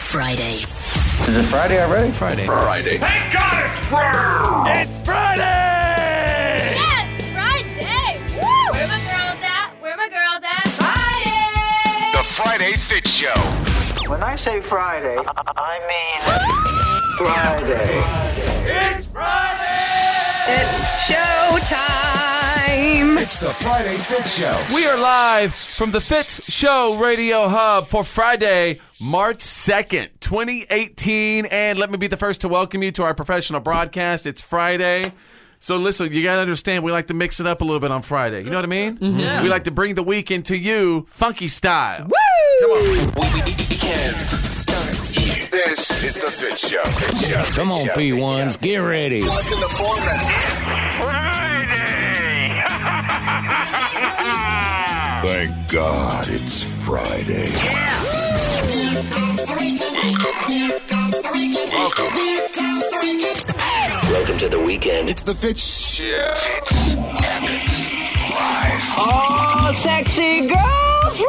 Friday. Is it Friday already? Friday. Friday. Thank God it's Friday! It's Friday! Yeah, it's Friday! Woo! Where my girls at? Where my girls at? Friday! The Friday Fit Show. When I say Friday, I- I mean Friday. It's Friday! It's showtime. It's the Friday Fit Show. We are live from the Fitz Show Radio Hub for Friday, March 2nd, 2018. And let me be the first to welcome you to our professional broadcast. It's Friday. So listen, you gotta understand, we like to mix it up a little bit on Friday. You know what I mean? Mm-hmm. We like to bring the weekend to you, funky style. This is the Fit Show. Come on, P1s, get ready. What's in the format? Friday! Thank God it's Friday. Welcome. Welcome to the weekend. It's the Fit Show. Oh, sexy girlfriend.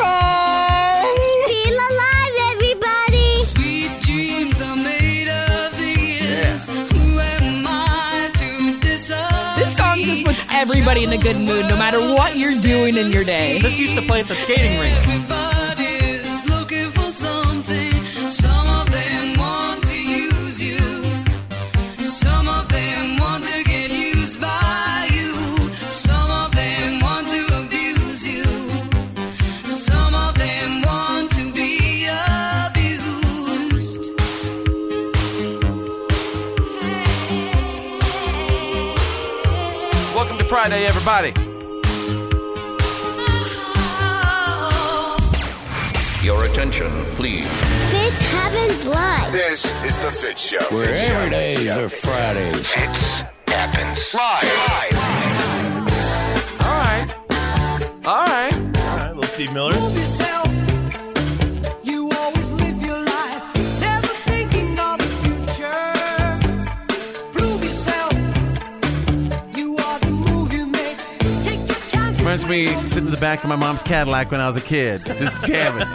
Feel alive, everybody! Sweet dreams are made of these. Who am I to disagree? This song just puts everybody in a good mood, no matter what you're doing in your day. This used to play at the skating rink. Everybody's looking for something. Some of them want to use you. Some of them want to get used by you. Some of them want to abuse you. Some of them want to be abused. Welcome to Friday, everybody. Your attention, please. Fit happens live. This is the Fit Show. Where every days are Fridays. Fits happens live. All right. All right. All right, little Steve Miller. Reminds me sitting in the back of my mom's Cadillac when I was a kid, just jamming.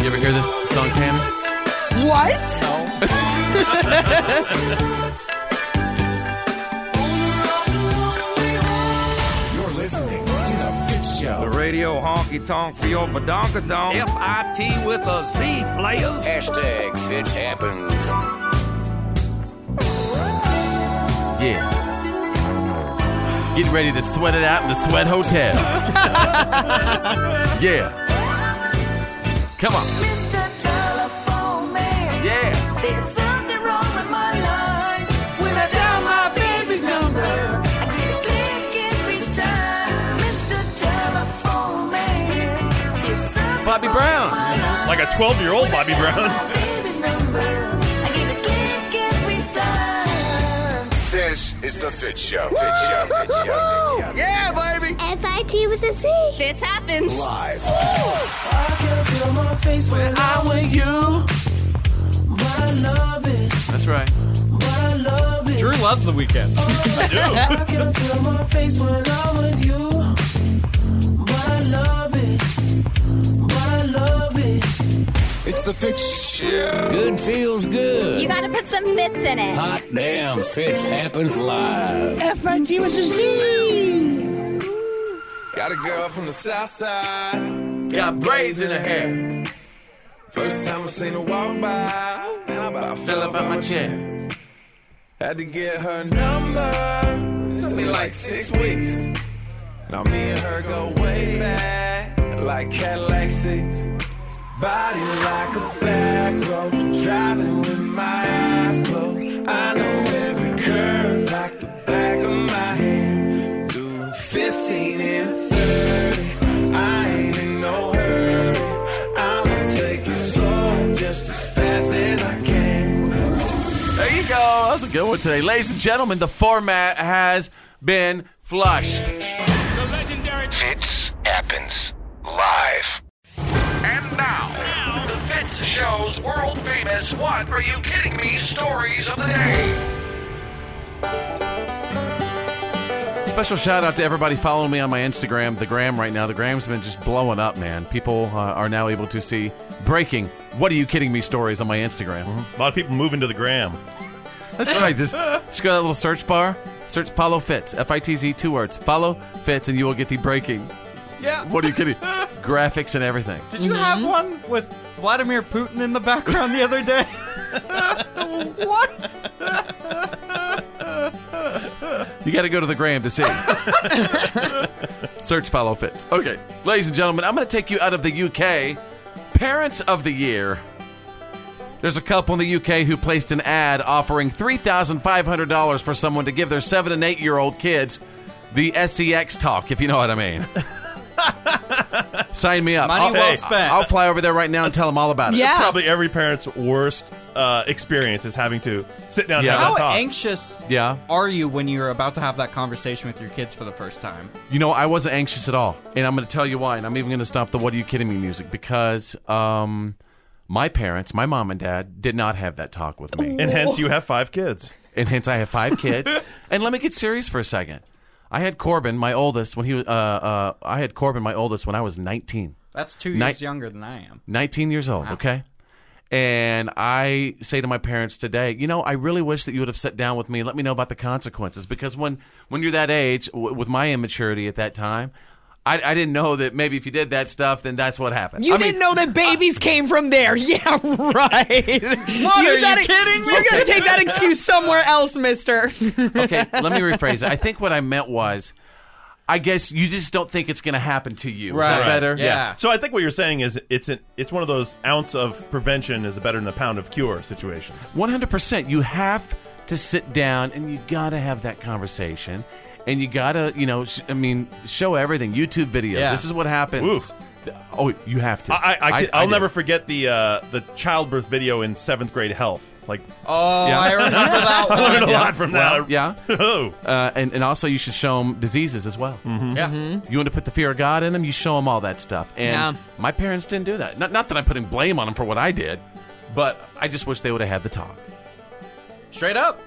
You ever hear this song, Tanner? What? You're listening to the Fit Show. Radio honky tonk for your badonkadonk. F-I-T with a Z, players. Hashtag Fitch happens. Yeah. Get ready to sweat it out in the sweat hotel. yeah. Come on. Yeah. Bobby Brown. Like a 12 year old Bobby Brown. This is the Fit Show. Yeah, baby! F-I-T with a C. Fits happens. Live. That's right. Drew loves the weekend. It's the Fit Show. Good feels You good. gotta put some fits in it. Hot damn, Fitch happens live. Got a girl from the south side. Got braids in her hair. First time I seen her walk by, and I about Fell up out my chair. Had to get her number. Took me like six weeks. Now me and her go way back, like Cadillac seats. Body like a back road, driving with my eyes closed. I know every curve like the back of my hand. Doing 15 and 30, I ain't in no hurry. I'ma take it slow, just as fast as I can. There you go. That was a good one today. Ladies and gentlemen, the format has been flushed. Fits happens live. Fitz Show's world famous What Are You Kidding Me stories of the day. Special shout out to everybody following me on my Instagram, the gram right now. The gram's been just blowing up, man. People uh, are now able to see breaking what are you kidding me stories on my Instagram. A lot of people moving to the gram. That's right. Just, just go to that little search bar, search follow fits, F I T Z, two words, follow fits, and you will get the breaking. Yeah. What are you kidding? Graphics and everything. Did you have one with Vladimir Putin in the background the other day? what? You got to go to the gram to see. Search follow fits. Okay, ladies and gentlemen, I'm going to take you out of the UK. Parents of the year. There's a couple in the UK who placed an ad offering $3,500 for someone to give their seven and eight year old kids the SEX talk, if you know what I mean. Sign me up. Money I'll, well Hey. spent. I'll fly over there right now and tell them all about it. That's probably every parent's worst uh, experience is having to sit down Yeah. and have How that talk. anxious Yeah. are you when you're about to have that conversation with your kids for the first time? You know, I wasn't anxious at all, and I'm going to tell you why. And I'm even going to stop the "What Are You Kidding Me" music because um, my parents, my mom and dad, did not have that talk with me, And hence you have five kids. And hence I have five kids. and let me get serious for a second. I had Corbin, my oldest, when he was. Uh, uh, I had Corbin, my oldest, when I was 19. That's two Ni- years younger than I am. 19 years old, okay? And I say to my parents today, you know, I really wish that you would have sat down with me and let me know about the consequences because when when you're that age, w- with my immaturity at that time, I, I didn't know that maybe if you did that stuff, then that's what happened. You I mean, didn't know that babies came from there. Yeah, right. are Use you that- kidding me? You're going to take that excuse somewhere else, mister. okay, let me rephrase it. I think what I meant was, I guess you just don't think it's going to happen to you. Is that better? So I think what you're saying is it's an, it's one of those ounce of prevention is better than a pound of cure situations. One hundred percent. You have to sit down and you gotta have that conversation, and you gotta, you know, sh- I mean, show everything. YouTube videos. Yeah. This is what happens. Oh, you have to. I, I, I, I will do. never forget the uh, the childbirth video in seventh grade health. Like oh, I remember that I learned a Yeah. lot from that. Well, Oh. Yeah. Uh, and and also you should show them diseases as well. Yeah. You want to put the fear of God in them. You show them all that stuff. And Mm-hmm. Yeah. my parents didn't do that. Not not that I'm putting blame on them for what I did, but I just wish they would have had the talk. Straight up.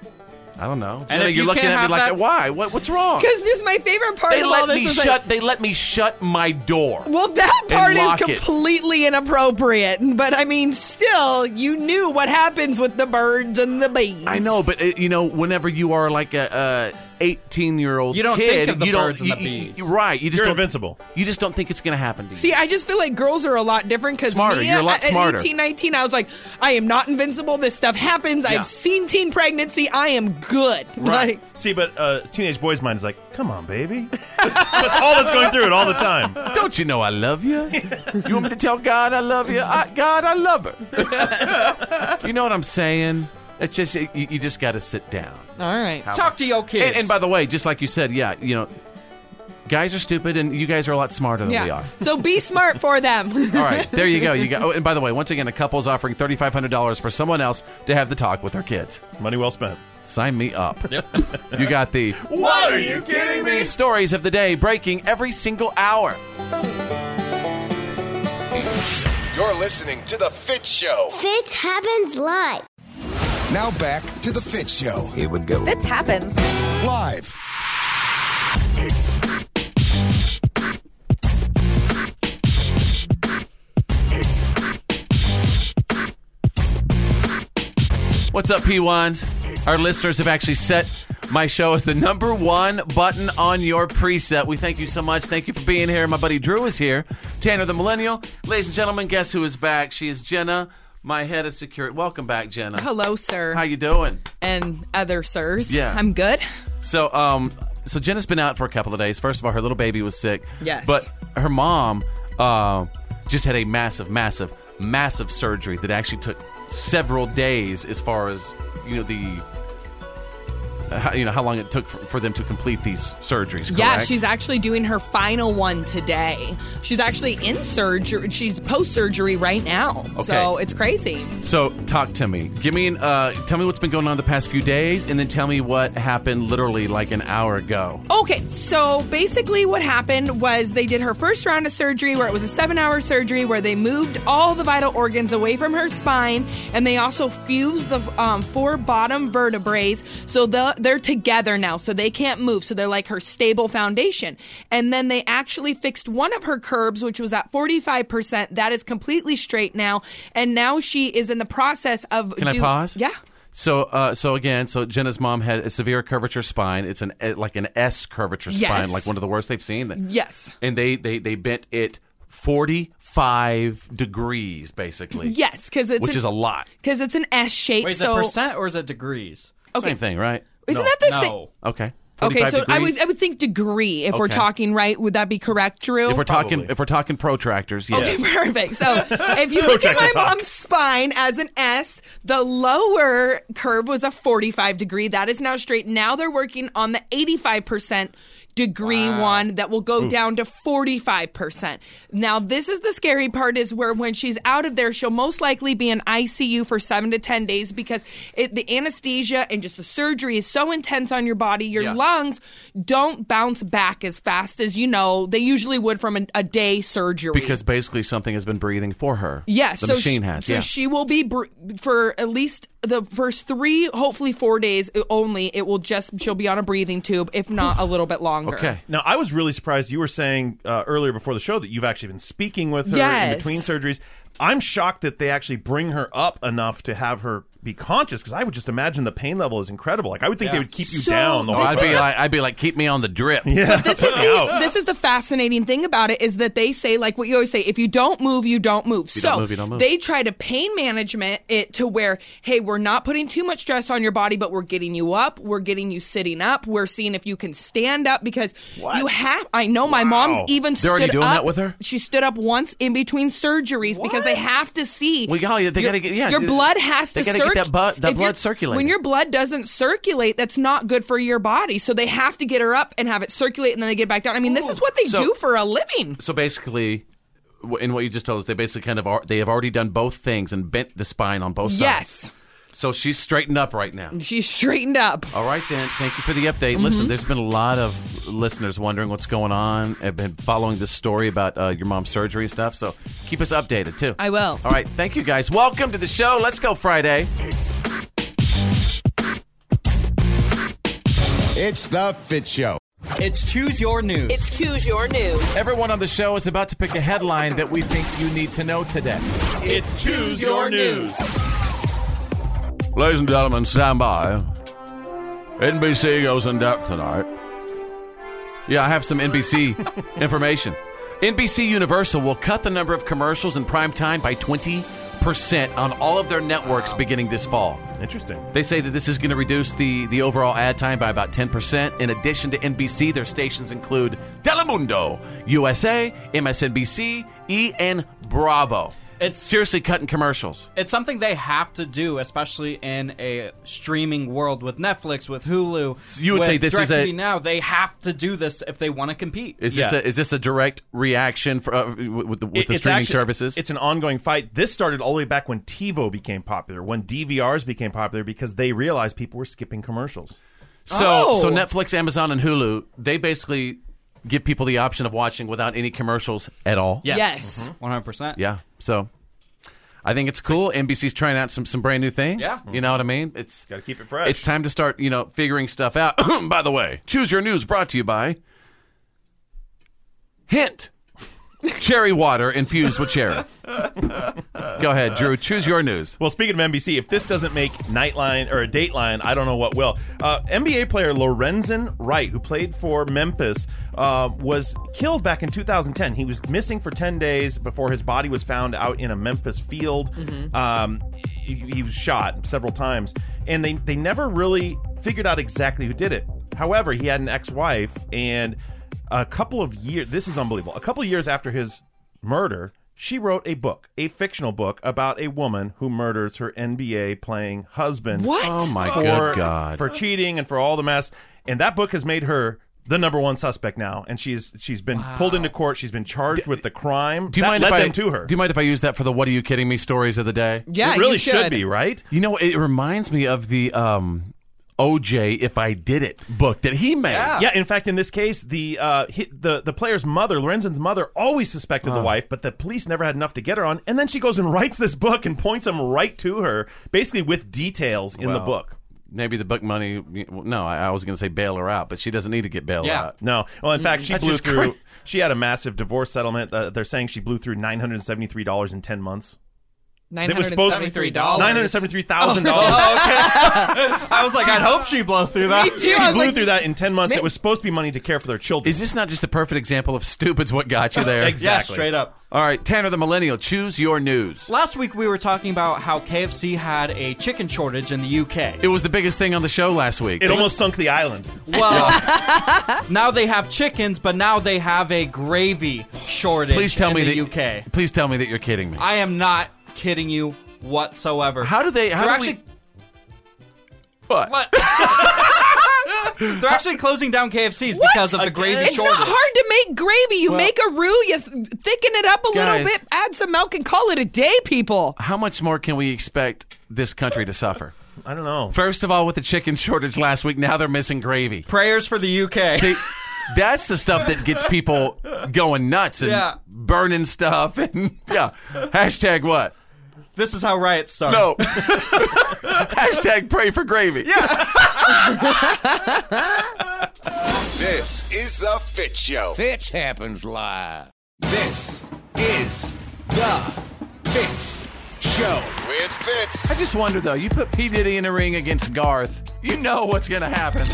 I don't know. And Jenna, if you're you looking can't at me have like, that- why? What, what's wrong? Because just my favorite part they of let all this me is shut. like, they let me shut my door. well, that and part lock is it. completely inappropriate. But I mean, still, you knew what happens with the birds and the bees. I know, but uh, you know, whenever you are like a eighteen-year-old, You don't kid, think of the you don't, birds and the you- you- bees. you- right? You just You're don't, invincible. You just don't think it's going to happen to you. See, I just feel like girls are a lot different because Smarter. Me, You're a lot at- at smarter. 18, 19, I was like, I am not invincible. This stuff happens. Yeah. I've seen teen pregnancy. I am good. Like, See, but uh, teenage boy's mind is like, come on, baby. that's all that's going through it all the time. Don't you know I love you? You want me to tell God I love you? I, God, I love her. you know what I'm saying? It's just you, you just got to sit down. all right. How- Talk to your kids. And, and by the way, just like you said, yeah, you know, guys are stupid, and you guys are a lot smarter than we Yeah. are. So be smart for them. All right, there you go. You got. Oh, and by the way, once again, a couple's offering thirty five hundred dollars for someone else to have the talk with their kids. Money well spent. Sign me up. you got the What are you kidding me? stories of the day breaking every single hour. You're listening to the Fit Show. Fitz happens live. Now back to the Fit Show. Here we go. This happens. Live. What's up, P1s? Our listeners have actually set my show as the number one button on your preset. We thank you so much. Thank you for being here. My buddy Drew is here. Tanner the Millennial. Ladies and gentlemen, guess who is back? She is Jenna, my head of security. Welcome back, Jenna. Hello, sir. How you doing? And other sirs. Yeah. I'm good. So, um, so Jenna's been out for a couple of days. First of all, her little baby was sick. Yes. But her mom uh, just had a massive, massive, massive surgery that actually took several days as far as you know the uh, how, you know how long it took for, for them to complete these surgeries. Correct? Yeah, she's actually doing her final one today. She's actually in surgery. She's post surgery right now. So Okay. it's crazy. So talk to me. Give me an, uh, tell me what's been going on the past few days, and then tell me what happened literally like an hour ago. Okay, so basically what happened was they did her first round of surgery where it was a 7-hour surgery where they moved all the vital organs away from her spine and they also fused the um, four bottom vertebrae so the, they're together now so they can't move so they're like her stable foundation. And then they actually fixed one of her curbs which was at 45%. That is completely straight now and now she is in the process of Can I do- pause? Yeah. So, uh, so again, so Jenna's mom had a severe curvature spine. It's an eh, like an S curvature Yes. spine, like one of the worst they've seen. Yes. And they they they bent it forty five degrees basically. Yes, 'cause it's which an- is a lot. Cuz it's an S shape Wait, is so that percent or is that degrees? Okay. Same thing, right? Isn't that the same- No. Okay. Okay, 45 so I degrees? would I would think degree if we're Okay. talking right. Would that be correct, Drew? If we're talking, if we're talking protractors, yes. Okay, perfect. So if you look at Protractor my talk. mom's spine as an S, the lower curve was a 45 degree. That is now straight. Now they're working on the 85% degree one that will go Oof. down to 45%. Now this is the scary part is where when she's out of there she'll most likely be in ICU for 7 to 10 days because it, the anesthesia and just the surgery is so intense on your body your Yeah. lungs don't bounce back as fast as you know they usually would from a, a day surgery. Because basically something has been breathing for her. Yes, the so machine she, has. So yeah. she will be br- for at least the first three, hopefully four days uh, only. It will just she'll be on a breathing tube, if not a little bit longer. Now, I was really surprised you were saying uh, earlier before the show that you've actually been speaking with her in Yes. between surgeries. I'm shocked that they actually bring her up enough to have her be conscious because I would just imagine the pain level is incredible. Like, I would think they would keep you So down the Oh, whole I'd time. be like, I'd be like, keep me on the drip. Yeah. This is the this is the fascinating thing about it is that they say like what you always say if you don't move you don't move. If you so don't move, you don't move. they try to pain management it to where hey we're not putting too much stress on your body but we're getting you up we're getting you sitting up we're seeing if you can stand up because you have I know my mom's even They're already stood doing up that with her? she stood up once in between surgeries because they have to see Well, yeah, they your- gotta get- yeah, your they- blood has they to gotta get circ- that bu- that if your- blood circulating. when your blood doesn't circulate that's not good for your body so they have to get her up and have it circulate and then they get back down i mean this is what they So- do for a living So basically, w- in what you just told us, they basically kind of are, they have already done both things and bent the spine on both yes sides. So she's straightened up right now. she's straightened up Um, All right, then. Thank you for the update. Listen, Mhm. there's been a lot of listeners wondering what's going on. I've been following this story about uh, your mom's surgery and stuff. So keep us updated, too. I will. All right. Thank you, guys. Welcome to the show. Let's go, Friday. It's the Fit Show. It's choose your news. It's choose your news. Everyone on the show is about to pick a headline that we think you need to know today. It's Choose Your News. Ladies and gentlemen, stand by. NBC goes in depth tonight. Yeah, I have some NBC information. NBC Universal will cut the number of commercials in prime time by 20% on all of their networks beginning this fall. Interesting. They say that this is going to reduce the, the overall ad time by about 10%. In addition to NBC, their stations include Telemundo, USA, MSNBC, E, and Bravo. It's seriously cutting commercials. It's something they have to do, especially in a streaming world with Netflix, with Hulu. you would with say this is a- DirecTV now. They have to do this if they want to compete. Is this a, is this a direct reaction for, uh, with, with the, with It- the it's streaming actually- services? It's an ongoing fight. This started all the way back when TiVo became popular, when DVRs became popular because they realized people were skipping commercials. So Oh! so Netflix, Amazon, and Hulu they basically give people the option of watching without any commercials at all. Yes. One hundred percent. Yeah. So I think it's cool. NBC's trying out some some brand new things. Yeah. You know what I mean? It's got to keep it fresh. It's time to start, you know, figuring stuff out. by the way, choose your news brought to you by Hint. cherry water infused with cherry. Go ahead, Drew. Choose your news. Well, speaking of NBC, if this doesn't make Nightline or a Dateline, I don't know what will. Uh, NBA player Lorenzen Wright, who played for Memphis, uh, was killed back in 2010. He was missing for 10 days before his body was found out in a Memphis field. Mhm. Um, he, he was shot several times, and they, they never really figured out exactly who did it. However, he had an ex wife, and a couple of years, this is unbelievable, a couple of years after his murder, She wrote a book, a fictional book about a woman who murders her NBA playing husband. What? Oh, my for, good God. For cheating and for all the mess. And that book has made her the number one suspect now, and she's she's been pulled into court. She's been charged with the crime. Do you that mind led if I them to her? Do you mind if I use that for the "What are you kidding me?" stories of the day? Yeah, Mm-hmm. It really you should should. be, right? You know, it reminds me of the um, OJ "If I Did It" book that he made. Yeah. in fact, in this case, the uh, hi the the player's mother, Lorenzen's mother, always suspected the Wow. wife, but the police never had enough to get her on. And then she goes and writes this book and points him right to her, basically with details in the Well, book. Maybe the book money. No, I, I was going to say bail her out, but she doesn't need to get bailed out. No. Well, in fact, she Mm, That's blew just through. cra- She had a massive divorce settlement. Uh, they're saying she blew through nine hundred seventy-three dollars in ten months. It was supposed $973. Nine hundred seventy-three Oh, thousand dollars. okay. I was like, I'd hope she blew through that. She blew through that in ten months. it was supposed to be money to care for their children. Is this not just a perfect example of stupid's what got you there? Exactly. Yeah, straight up. All right, Tanner the Millennial, choose your news. Last week we were talking about how KFC had a chicken shortage in the UK. It was the biggest thing on the show last week. It almost sunk the island. Well, now they have chickens, but now they have a gravy shortage. Please tell in me the that UK. Please tell me that you're kidding me. I am not kidding you whatsoever. How do they? How They're do actually what? They're actually closing down KFCs because of the gravy it's shortage. not hard to make gravy. You Well- make a roux, you th- thicken it up a little Guys. bit, add some milk, and call it a day, people. How much more can we expect this country to suffer? I don't know. First of all, with the chicken shortage last week, now they're missing gravy. Prayers for the UK. See, that's the stuff that gets people going nuts and Yeah. burning stuff and yeah. Hashtag what? This is how riots start. No. Hashtag pray for gravy. This is the Fit Show. Fitch happens live. This is the Fitz Show with Fitz. I just wonder though, you put P. Diddy in a ring against Garth, you know what's gonna happen.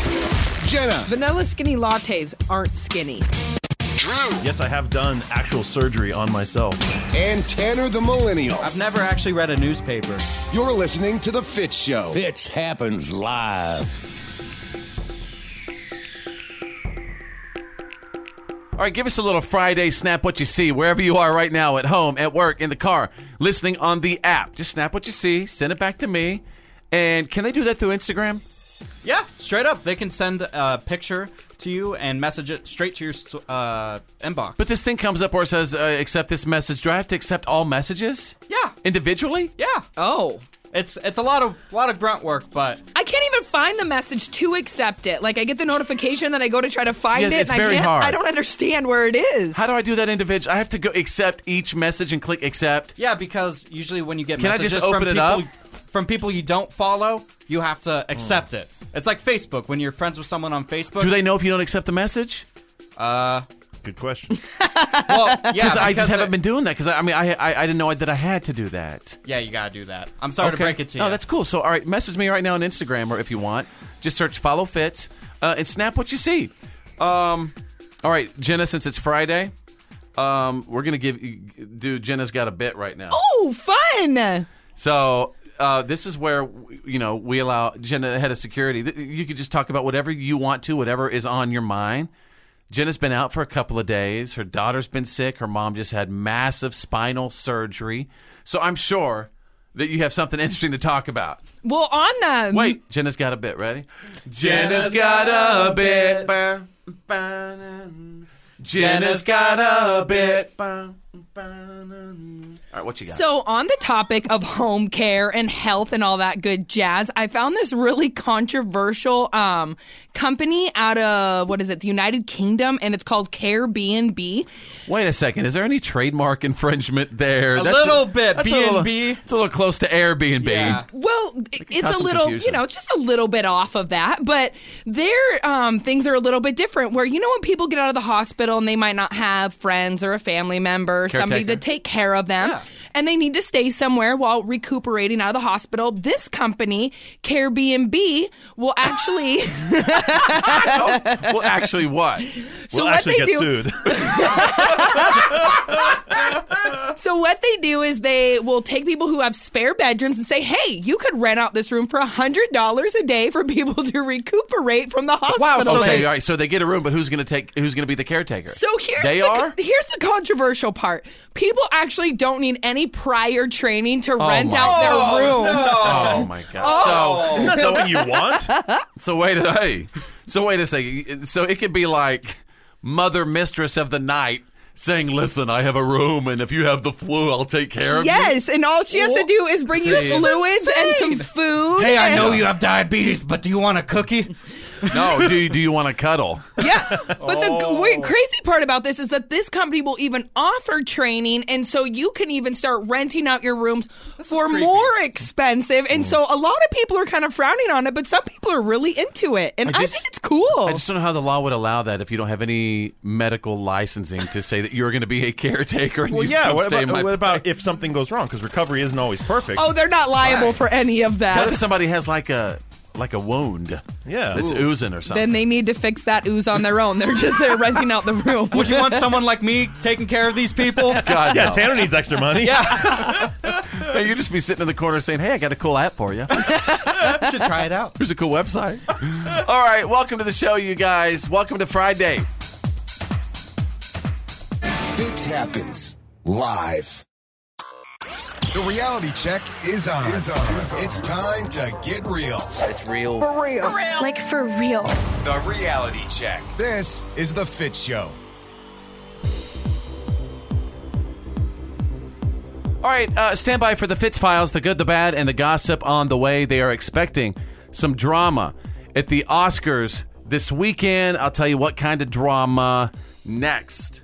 Jenna. Vanilla skinny lattes aren't skinny. Yes, I have done actual surgery on myself. And Tanner the Millennial. I've never actually read a newspaper. You're listening to the Fitz Show. Fitch happens live. All right, give us a little Friday snap what you see wherever you are right now at home, at work, in the car, listening on the app. Just snap what you see, send it back to me. And can they do that through Instagram? Yeah, straight up. They can send a picture to you and message it straight to your s- uh, inbox. But this thing comes up where it says, uh, accept this message. Do I have to accept all messages? Yeah. Individually? Yeah. Oh. It's it's a lot of lot of grunt work, but I can't even find the message to accept it. Like I get the notification that I go to try to find Yes, it. it's and very I can't, hard. I don't understand where it is. How do I do that individually? I have to go accept each message and click accept. yeah, because usually when you get Can I messages just open from it people up? from people you don't follow, you have to accept it. It's like Facebook when you're friends with someone on Facebook. Hmm. Do they know if you don't accept the message? Uh, good question. well, yeah, because I just it- haven't been doing that. Because I, I mean, I, I I didn't know that I had to do that. Yeah, you gotta do that. I'm sorry to Okay. break it to you. No, that's cool. So, all right, message me right now on Instagram or if you want. Just search Follow Fits uh, and snap what you see. Um, all right, Jenna, since it's Friday, um, we're going to give do Jenna's got a bit right now. Oh, fun! So, uh, this is where, you know, we allow Jenna, the head of security, th- you could just talk about whatever you want to, whatever is on your mind. Jenna's been out for a couple of days. Her daughter's been sick. Her mom just had massive spinal surgery. So, I'm sure that you have something interesting to talk about. Well, on the Wait, Jenna's got a bit. Ready? Jenna's got a bit. Jenna's got a bit. All right, what you got? So, on the topic of home care and health and all that good jazz, I found this really controversial um, company out of what is it, the United Kingdom, and it's called Care B and B. Wait a second. Is there any trademark infringement there? A little bit, that's a little- B&B. It's a little close to Airbnb. Yeah. Well, cause it's a some little, confusion. you know, just a little bit off of that, but their um, things are a little bit different. Where you know when people get out of the hospital and they might not have friends or a family member, or somebody Caretaker. to take care of them, and they need to stay somewhere while recuperating out of the hospital. This company, Airbnb, will actually. well, actually, what? So We'll what actually they get do- sued. so what they do is they will take people who have spare bedrooms and say, "Hey, you could rent out this room for hundred dollars a day for people to recuperate from the hospital." okay, all right. So they get a room, but who's going to take? Who's going to be the caretaker? So here's they the, are. here's the controversial part. People actually don't need any prior training to Oh rent my out God. their rooms. Oh my god! Oh. So Isn't that something you want? So wait a hey. So wait a second. So it could be like mother mistress of the night saying, "Listen, I have a room, and if you have the flu, I'll take care of you." Yes, and all she has to do is bring you This is fluids and some food. Hey, I and- know you have diabetes, but do you want a cookie? No. Do you, do you want to cuddle? But the g- weird, crazy part about this is that this company will even offer training, and so you can even start renting out your rooms for more expensive. Mm. And so a lot of people are kind of frowning on it, but some people are really into it, and I, think it's cool. I just don't know how the law would allow that if you don't have any medical licensing to say that you're going to be a caretaker. And Well, you yeah. come What stay about, in my what about if something goes wrong? Because recovery isn't always perfect. Oh, they're not liable for any of What if that. somebody has like a like a wound? Yeah, that's Ooh. oozing or something. Then they need to fix that ooze on their own. They're just there renting out the room. Would you want someone like me taking care of these people? God, yeah, no. Tanner needs extra money. yeah, Hey, you'd just be sitting in the corner saying, "Hey, I got a cool app for you. should try it out." Here's a cool website." All right, welcome to the show, you guys. Welcome to Friday. Fits happens live. The reality check is on. It's time to get real. It's real. real. Like for real. The reality check. This is the Fit Show. All right, uh, stand by for the Fitz files, the good, the bad, and the gossip on the way. They are expecting some drama at the Oscars this weekend. I'll tell you what kind of drama next.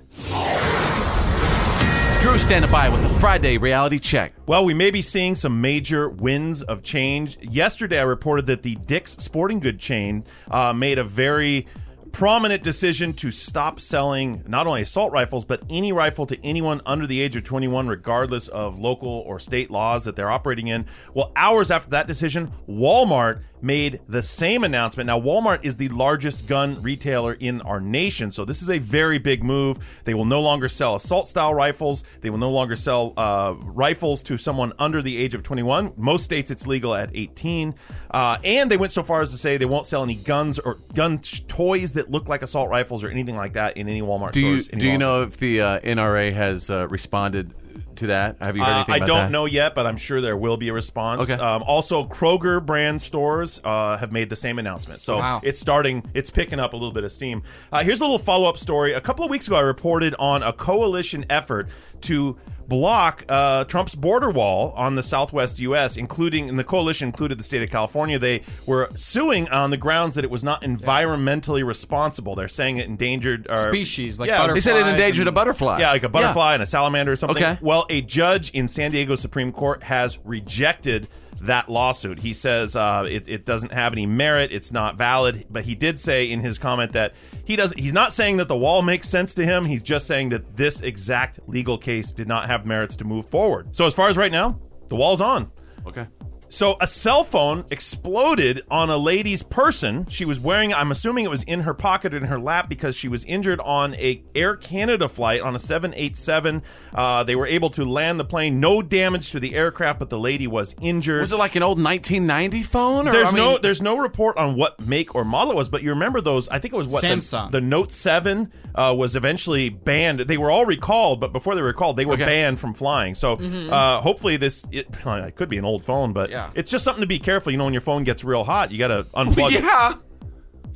Drew standing by with the Friday reality check. Well, we may be seeing some major winds of change. Yesterday, I reported that the Dick's Sporting Good chain uh, made a very prominent decision to stop selling not only assault rifles but any rifle to anyone under the age of 21 regardless of local or state laws that they're operating in well hours after that decision walmart made the same announcement now walmart is the largest gun retailer in our nation so this is a very big move they will no longer sell assault style rifles they will no longer sell uh, rifles to someone under the age of 21 most states it's legal at 18 uh, and they went so far as to say they won't sell any guns or gun sh- toys that look like assault rifles or anything like that in any walmart Do you stores any do you Walmart. know if the uh, NRA has uh, responded to that? Have you heard Uh, anything? I about don't that? know yet, but I'm sure there will be a response. Okay. Um, also, Kroger brand stores uh, have made the same announcement, so Wow. it's starting. It's picking up a little bit of steam. Uh, here's a little follow up story. A couple of weeks ago, I reported on a coalition effort to block uh, Trump's border wall on the Southwest U.S., including and the coalition included the state of California. They were suing on the grounds that it was not environmentally responsible. They're saying it endangered or, Species, like yeah, They said it butterflies endangered and- a butterfly. Yeah, like a Yeah. butterfly and a salamander or something. Okay. Well, a judge in San Diego Supreme Court has rejected that lawsuit. He says uh, it, it doesn't have any merit. It's not valid. But he did say in his comment that he does. He's not saying that the wall makes sense to him. He's just saying that this exact legal case did not have merits to move forward. So as far as right now, the wall's on. Okay. So a cell phone exploded on a lady's person. She was wearing, I'm assuming it was in her pocket or in her lap because she was injured on a Air Canada flight on a 787. Uh, they were able to land the plane. No damage to the aircraft, but the lady was injured. Was it like an old 1990 phone? Or, There's I mean- no there's no report on what make or model it was, but you remember those? I think it was what the- Samsung. The, Note Seven uh, was eventually banned. They were all recalled, but before they were recalled, they were Okay. banned from flying. So Mhm. uh, hopefully this it, it could be an old phone, but it's just something to be careful. You know, when your phone gets real hot, you got to unplug it. yeah.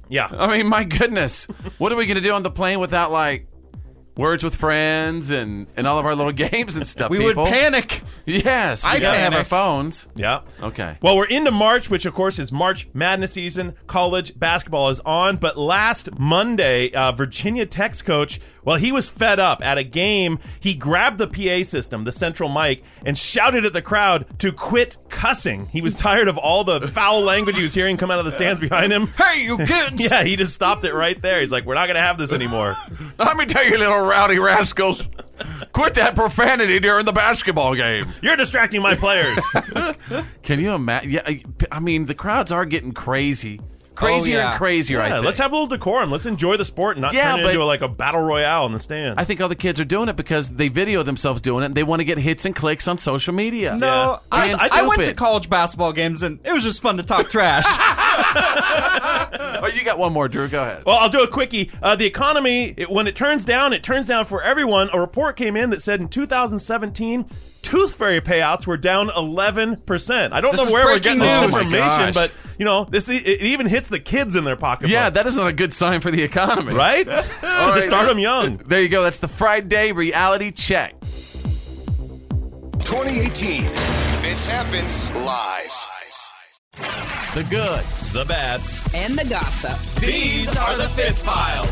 Yeah. I mean, my goodness. What are we going to do on the plane without like words with friends and and all of our little games and stuff? We would people? panic. Yes, we I gotta have panic. our phones. Yeah. Okay. Well, we're into March, which of course is March Madness season. College basketball is on, but last Monday, uh, Virginia Tech's coach, well, he was fed up at a game. He grabbed the PA system, the central mic, and shouted at the crowd to quit cussing. He was tired of all the foul language he was hearing come out of the stands behind him. Hey, you kids! yeah, he just stopped it right there. He's like, "We're not going to have this anymore." Let me tell you, little rowdy rascals. Quit that profanity during the basketball game. You're distracting my players. Can you imagine? Yeah, I- I mean the crowds are getting crazy, crazier Oh, and crazier. I Yeah, think. Let's have a little decorum. Let's enjoy the sport and not Yeah, turn it but- into like a battle royale in the stands. I think other kids are doing it because they video themselves doing it. and They want to get hits and clicks on social media. No, I, And I, went stupid. to college basketball games and it was just fun to talk trash. oh, you got one more, Drew. Go ahead. Well, I'll do a quickie. Uh, the economy, it, when it turns down, it turns down for everyone. A report came in that said in 2017, tooth fairy payouts were down 11%. I don't This know is where we're breaking getting this news. Oh my information, gosh. but you know, this it, it even hits the kids in their pocket. Yeah, that isn't a good sign for the economy, Right? All right. Start 'em young. There you go. That's the Friday reality check. 2018. It's happens live. The good, the bad. And the gossip. These are the Fist Files.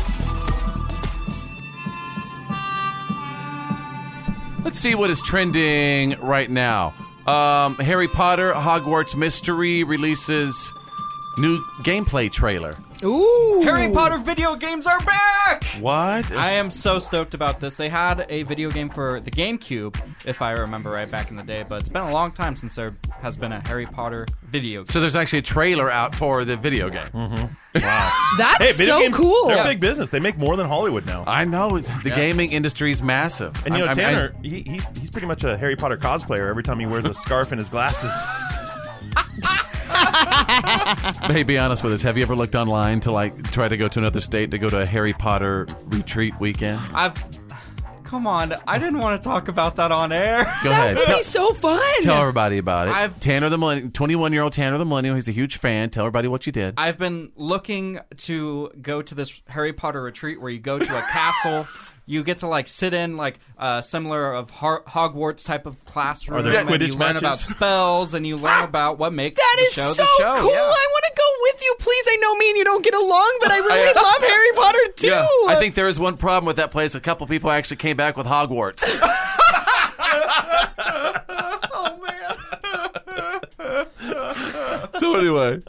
Let's see what is trending right now. Um, Harry Potter Hogwarts Mystery releases new gameplay trailer. Ooh. Harry Potter video games are back! What? I am so stoked about this. They had a video game for the GameCube, if I remember right back in the day, but it's been a long time since there has been a Harry Potter video game. So there's actually a trailer out for the video game. Hmm. Mm-hmm. Wow. That's Hey, video so games, cool. they're Yeah. big business. They make more than Hollywood now. I know. it's- The Yeah. gaming industry is massive. And you know, I'm- I'm- Tanner, he, he, he's pretty much a Harry Potter cosplayer every time he wears a scarf and his glasses. Hey, be honest with us. Have you ever looked online to like try to go to another state to go to a Harry Potter retreat weekend? I've. Come on, I didn't want to talk about that on air. Go ahead. Tell- fun. Tell everybody about it. I've- Tanner the millennial, twenty-one-year-old Tanner the millennial. He's a huge fan. Tell everybody what you did. I've been looking to go to this Harry Potter retreat where you go to a castle. You get to like sit in like uh, similar of Har- Hogwarts type of classroom. Are there and Quidditch you learn matches? about spells and you learn about what makes That the is show so the show. cool. Yeah. I want to go with you, please. I know me and you don't get along, but I really love Harry Potter too. Yeah, I think there is one problem with that place. A couple people actually came back with Hogwarts. Oh, so anyway,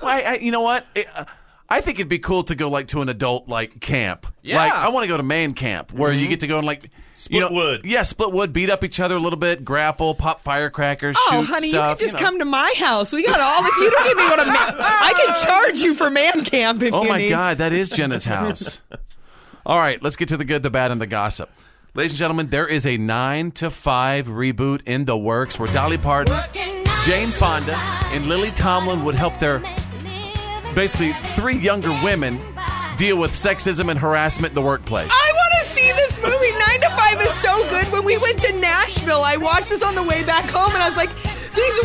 why? I, you know what? It, uh, I think it'd be cool to go like to an adult like camp. Yeah. Like I want to go to man camp where Mm-hmm. you get to go and like split you know, wood. Yeah, split wood, beat up each other a little bit, grapple, pop firecrackers, Oh, shoot honey, stuff. you can just know. come to my house. We got all the. You don't even want to. Man, I can charge you for man camp if oh you my need. god that is jenna's house all right let's get to the good the bad and the gossip ladies and gentlemen there is a 9 to 5 reboot in the works where dolly parton jane fonda and lily tomlin would help their basically three younger women deal with sexism and harassment in the workplace I want to see this movie. Nine to Five is so good. When we went to Nashville, I watched this on the way back home, and I was like, "These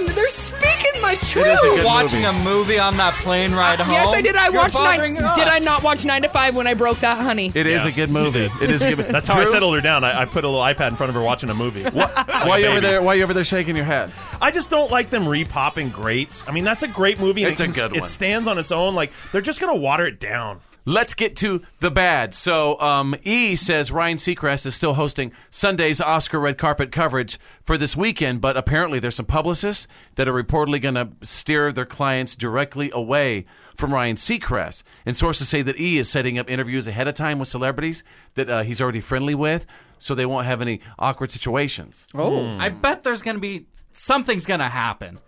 women, they're speaking my truth." watching a movie on that plane ride home. Yes, I did. I You're watched nine. bothering us. Did I not watch Nine to Five when I broke that, honey? It is Yeah, a good movie. It is a good. That's how I Drew, settled her down. I, I put a little iPad in front of her watching a movie. Why Like a you over baby. there? Why you over there shaking your head? I just don't like them repopping greats. I mean, that's a great movie. and It's it a good It one. stands on its own. Like they're just gonna water it down. Let's get to the bad. So, um, E says Ryan Seacrest is still hosting Sunday's Oscar red carpet coverage for this weekend, but apparently there's some publicists that are reportedly going to steer their clients directly away from Ryan Seacrest. And sources say that E is setting up interviews ahead of time with celebrities that uh, he's already friendly with, so they won't have any awkward situations. Oh. I bet there's gonna be something's gonna happen.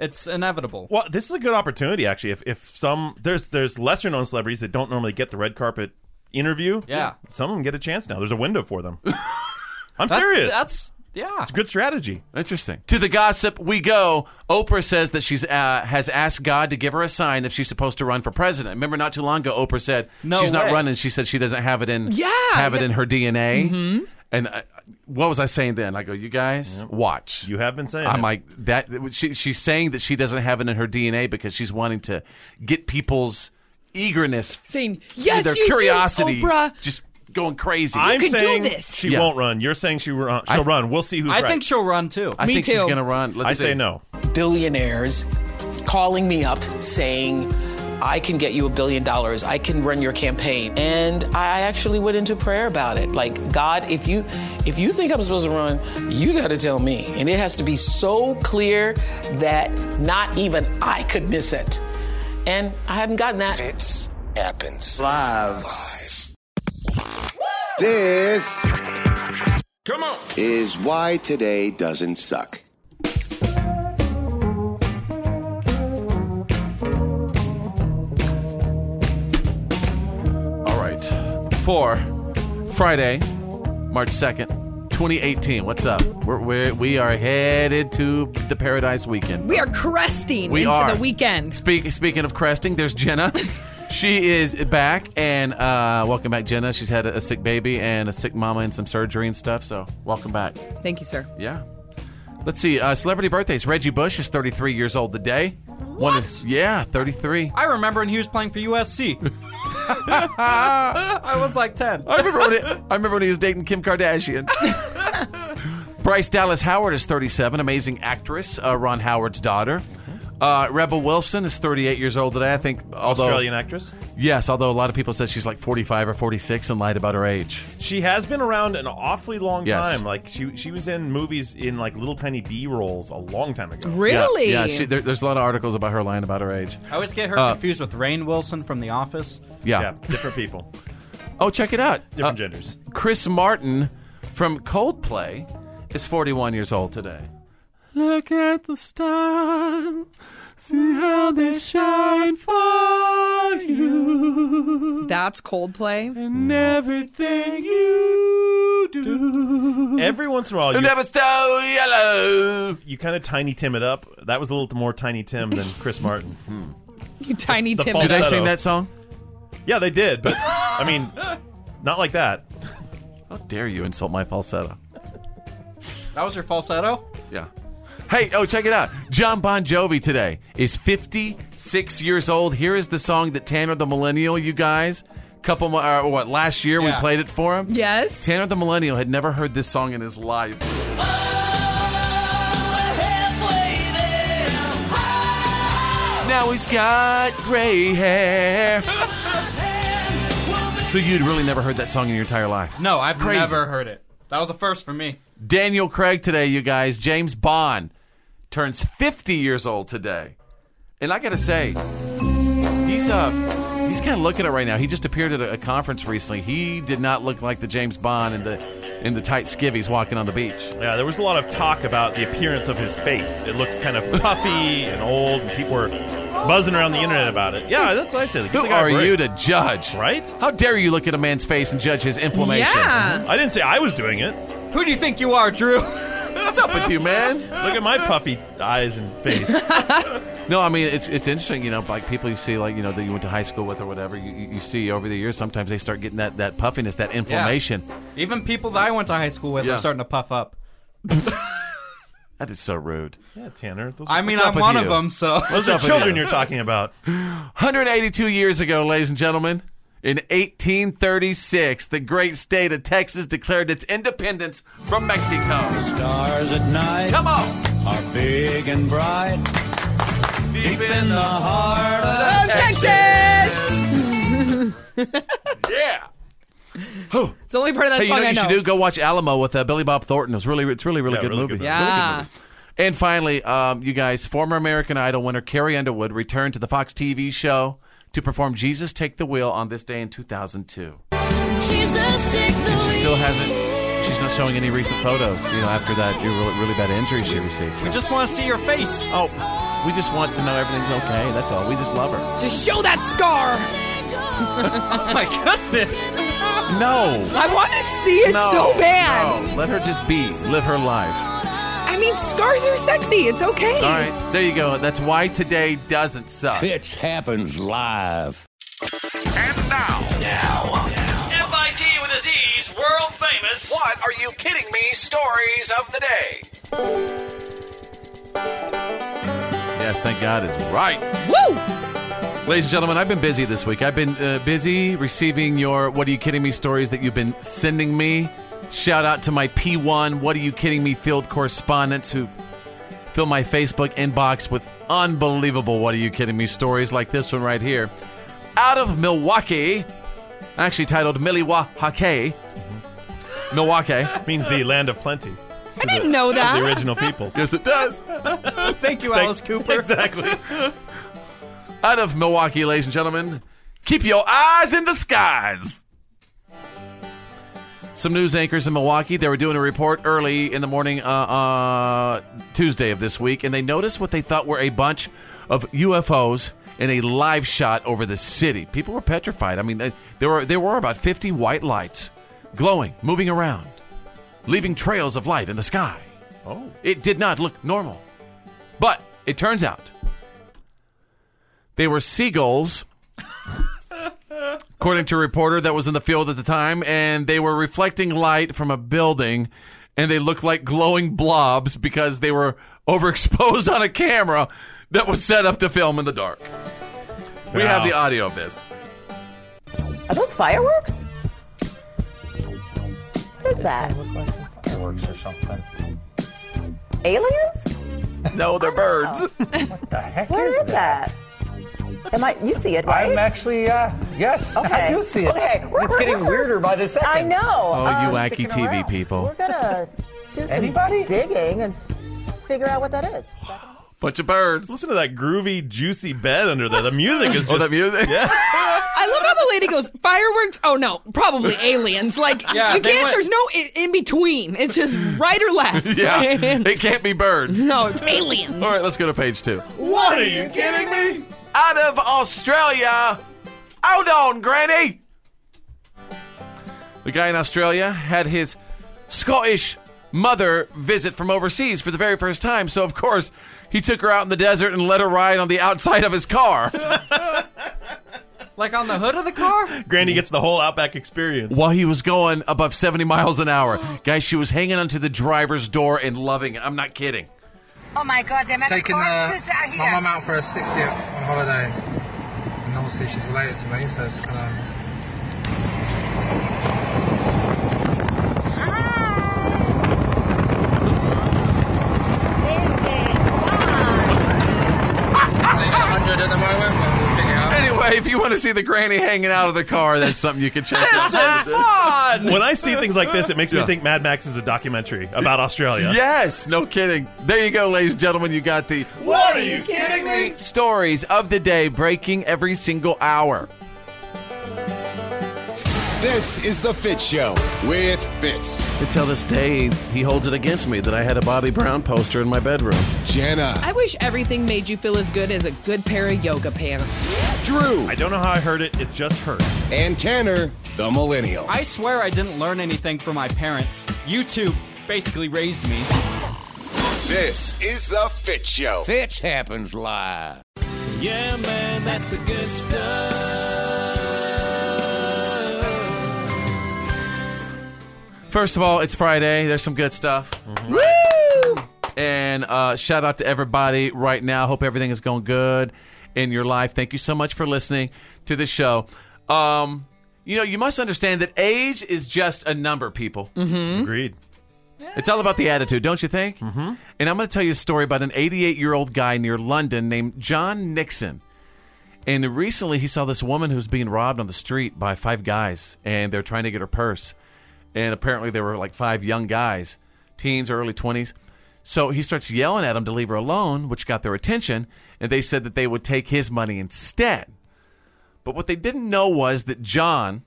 It's inevitable. Well, this is a good opportunity actually. If if some there's there's lesser known celebrities that don't normally get the red carpet interview. Yeah. some of them get a chance now. There's a window for them. I'm serious. That's yeah. it's a good strategy. Interesting. To the gossip we go. Oprah says that she's uh, has asked God to give her a sign if she's supposed to run for president. Remember, not too long ago, Oprah said No she's way. not running. She said she doesn't have it in Yeah, have it yeah. in her DNA. And I, what was I saying then? I go, you guys watch. You have been saying. I'm it. like that. She, she's saying that she doesn't have it in her DNA because she's wanting to get people's eagerness, Saying yes, their you curiosity, do, Oprah. just going crazy. I'm can do saying this. she Yeah. won't run. You're saying she run, she'll I- run. We'll see who's I right. think she'll run too. I think she's going to run. Let's I see. say no. billionaires calling me up saying, I can get you a billion dollars. I can run your campaign. And I actually went into prayer about it. Like, God, if you if you think I'm supposed to run, you got to tell me. And it has to be so clear that not even I could miss it. And I haven't gotten that. Fits happens live. Live. This Come on. Is why today doesn't suck. All right. For Friday, March 2nd, 2018. What's up? We're, we're, we are headed to the Paradise Weekend. We are cresting We into are. the weekend. Speak, speaking of cresting, there's Jenna. she is back, and uh, welcome back, Jenna. She's had a, a sick baby and a sick mama and some surgery and stuff, so welcome back. Thank you, sir. Yeah. Let's see. Uh, celebrity birthdays. Reggie Bush is 33 years old today. Oh. What? yeah, 33. I remember when he was playing for USC. I was like 10. I remember when it, I remember when he was dating Kim Kardashian. Bryce Dallas Howard is 37, amazing actress, uh, Ron Howard's daughter. Mm-hmm. Uh, Rebel Wilson is 38 years old today. I think, although Australian actress. Yes, although a lot of people said she's like 45 or 46 and lied about her age. She has been around an awfully long Yes. time. Like she she was in movies in like little tiny B rolls a long time ago. Yeah, yeah, she, there, there's a lot of articles about her lying about her age. I always get her Uh, confused with Rain Wilson from The Office. Yeah. different people. Oh, check it out. Different genders. Chris Martin from Coldplay is 41 years old today. Look at the stars. See how they shine for you. That's Coldplay. And everything you do. Every once in a while, you never so yellow. You kind of tiny Tim it up. That was a little more tiny Tim than Chris Martin. You tiny The Tim. falsetto. Did they sing that song? Yeah, they did, but I mean, not like that. How dare you insult my falsetto? That was your falsetto? Yeah. Hey, oh, check it out. John Bon Jovi today is 56 years old. Here is the song that Tanner the Millennial, you guys, couple, mo- or what, last year we Yeah. played it for him? Yes. Tanner the Millennial had never heard this song in his life. Now he's got gray hair. So you'd really never heard that song in your entire life. No, I've Crazy. never heard it. That was a first for me. Daniel Craig today, you guys. James Bond turns 50 years old today. And I got to say, he's uh he's kind of looking at it right now. He just appeared at a, a conference recently. He did not look like the James Bond in the in the tight skivvies walking on the beach. Yeah, there was a lot of talk about the appearance of his face. It looked kind of puffy and old, and people were buzzing around the internet about it. Yeah, that's what I said. Give Who the guy a are break. you to judge? Right? How dare you look at a man's face and judge his inflammation? Yeah. I didn't say I was doing it. Who do you think you are, Drew? What's up with you, man? Look at my puffy eyes and face. No, I mean it's it's interesting, you know, like people you see, like you know, that you went to high school with or whatever. You, you you see over the years, sometimes they start getting that that puffiness, that inflammation. Even people that I went to high school with Yeah. are starting to puff up. That is so rude. Yeah, Tanner. Those, I mean, What's I'm up with one you? of them, so. those are What's up with children you? you're talking about. 182 years ago, ladies and gentlemen, in 1836, the great state of Texas declared its independence from Mexico. Stars at night. Come on. Are big and bright. Deep in the heart of Love Texas. yeah. It's the only part of that hey, you song know what I you know. should do? Go watch Alamo with uh, Billy Bob Thornton. It was really, it's really, really Yeah, good really movie. good movie. Really good Yeah. movie. And finally, um, you guys, former American Idol winner Carrie Underwood returned to the Fox TV show to perform "Jesus Take the Wheel" on this day in 2002. Jesus, take And the she still hasn't. She's not showing any recent photos. You know, after that really, really bad injury she received. We just want to see your face. Oh, we just want to know everything's okay. That's all. We just love her. Just show that scar. oh my goodness. No. I want to see it No, so bad. No. Let her just be. Live her life. I mean, scars are sexy. It's okay. All right. There you go. That's why today doesn't suck. Fitch happens live. MIT with a Z's world famous. What are you kidding me? Stories of the day. Yes, thank God is right. Woo! Ladies and gentlemen, I've been busy this week. I've been uh, busy receiving your What Are You Kidding Me stories that you've been sending me. Shout out to my P1 What Are You Kidding Me field correspondents who fill my Facebook inbox with unbelievable What Are You Kidding Me stories like this one right here. Out of Milwaukee, actually titled Milwaukee. Milwaukee. Means the land of plenty. I didn't know The that. original peoples. Yes, it does. Thank you, Alice Cooper. Exactly. Out of Milwaukee, ladies and gentlemen, keep your eyes in the skies. some news anchors in Milwaukee. They were doing a report early in the morning uh, uh, Tuesday of this week, and they noticed what they thought were a bunch of UFOs in a live shot over the city. People were petrified. I mean, they- there were there were about 50 white lights glowing, moving around, leaving trails of light in the sky. Oh, it did not look normal. But it turns out they were seagulls according to a reporter that was in the field at the time, and they were reflecting light from a building, and they looked like glowing blobs because they were overexposed on a camera that was set up to film in the dark. We Wow. have the audio of this. Are those fireworks? What is that? Fireworks or something. Aliens? Oh. No, they're birds. Where is that? Am I? You see it, right? I'm actually, uh, yes, I Okay. do see it. Okay. It's getting weirder by the second. I know. Oh, you Um, wacky TV people. We're gonna do some Anybody? digging and figure out what that is. Bunch of birds. Listen to that groovy, juicy bed under there. The music is just. Oh, that music? Yeah. I love how the lady goes fireworks. Oh no, probably aliens. Like Yeah, you they can't. went- There's no in, in between. It's just right or left. yeah, it can't be birds. No, it's aliens. All right, let's go to page two. What are you kidding me? Out of Australia. Hold on, Granny. The guy in Australia had his Scottish mother visit from overseas for the very first time, so of course he took her out in the desert and let her ride on the outside of his car. Like on the hood of the car? Granny gets the whole Outback experience. While he was going above 70 miles an hour. Guys, she was hanging onto the driver's door and loving it. I'm not kidding. Oh my god, the amount Taking of uh, corpses out my here. mum out for her 60th on holiday, and obviously she's related to me, so it's kind Anyway, if you want to see the granny hanging out of the car, that's something you can check out. When I see things like this, it makes Yeah. me think Mad Max is a documentary about Australia. Yes, no kidding. There you go, ladies and gentlemen. You got the What are you kidding me? stories of the day breaking every single hour. This is The Fit Show with Fitz. Until this day, he holds it against me that I had a Bobby Brown poster in my bedroom. Jenna. I wish everything made you feel as good as a good pair of yoga pants. Drew. I don't know how I heard it. It just hurt. And Tanner, the millennial. I swear I didn't learn anything from my parents. You two basically raised me. This is The Fit Show. Fitch happens live. Yeah, man, that's the good stuff. First of all, it's Friday. There's some good stuff. Woo! And uh, shout out to everybody right now. Hope everything is going good in your life. Thank you so much for listening to the show. Um, you know, you must understand that age is just a number, people. Mm-hmm. Agreed. It's all about the attitude, don't you think? Mm-hmm. And I'm going to tell you a story about an 88 year old guy near London named John Nixon. And recently he saw this woman who's being robbed on the street by five guys, and they're trying to get her purse. And apparently they were like five young guys, teens or early 20s. So he starts yelling at them to leave her alone, which got their attention. And they said that they would take his money instead. But what they didn't know was that John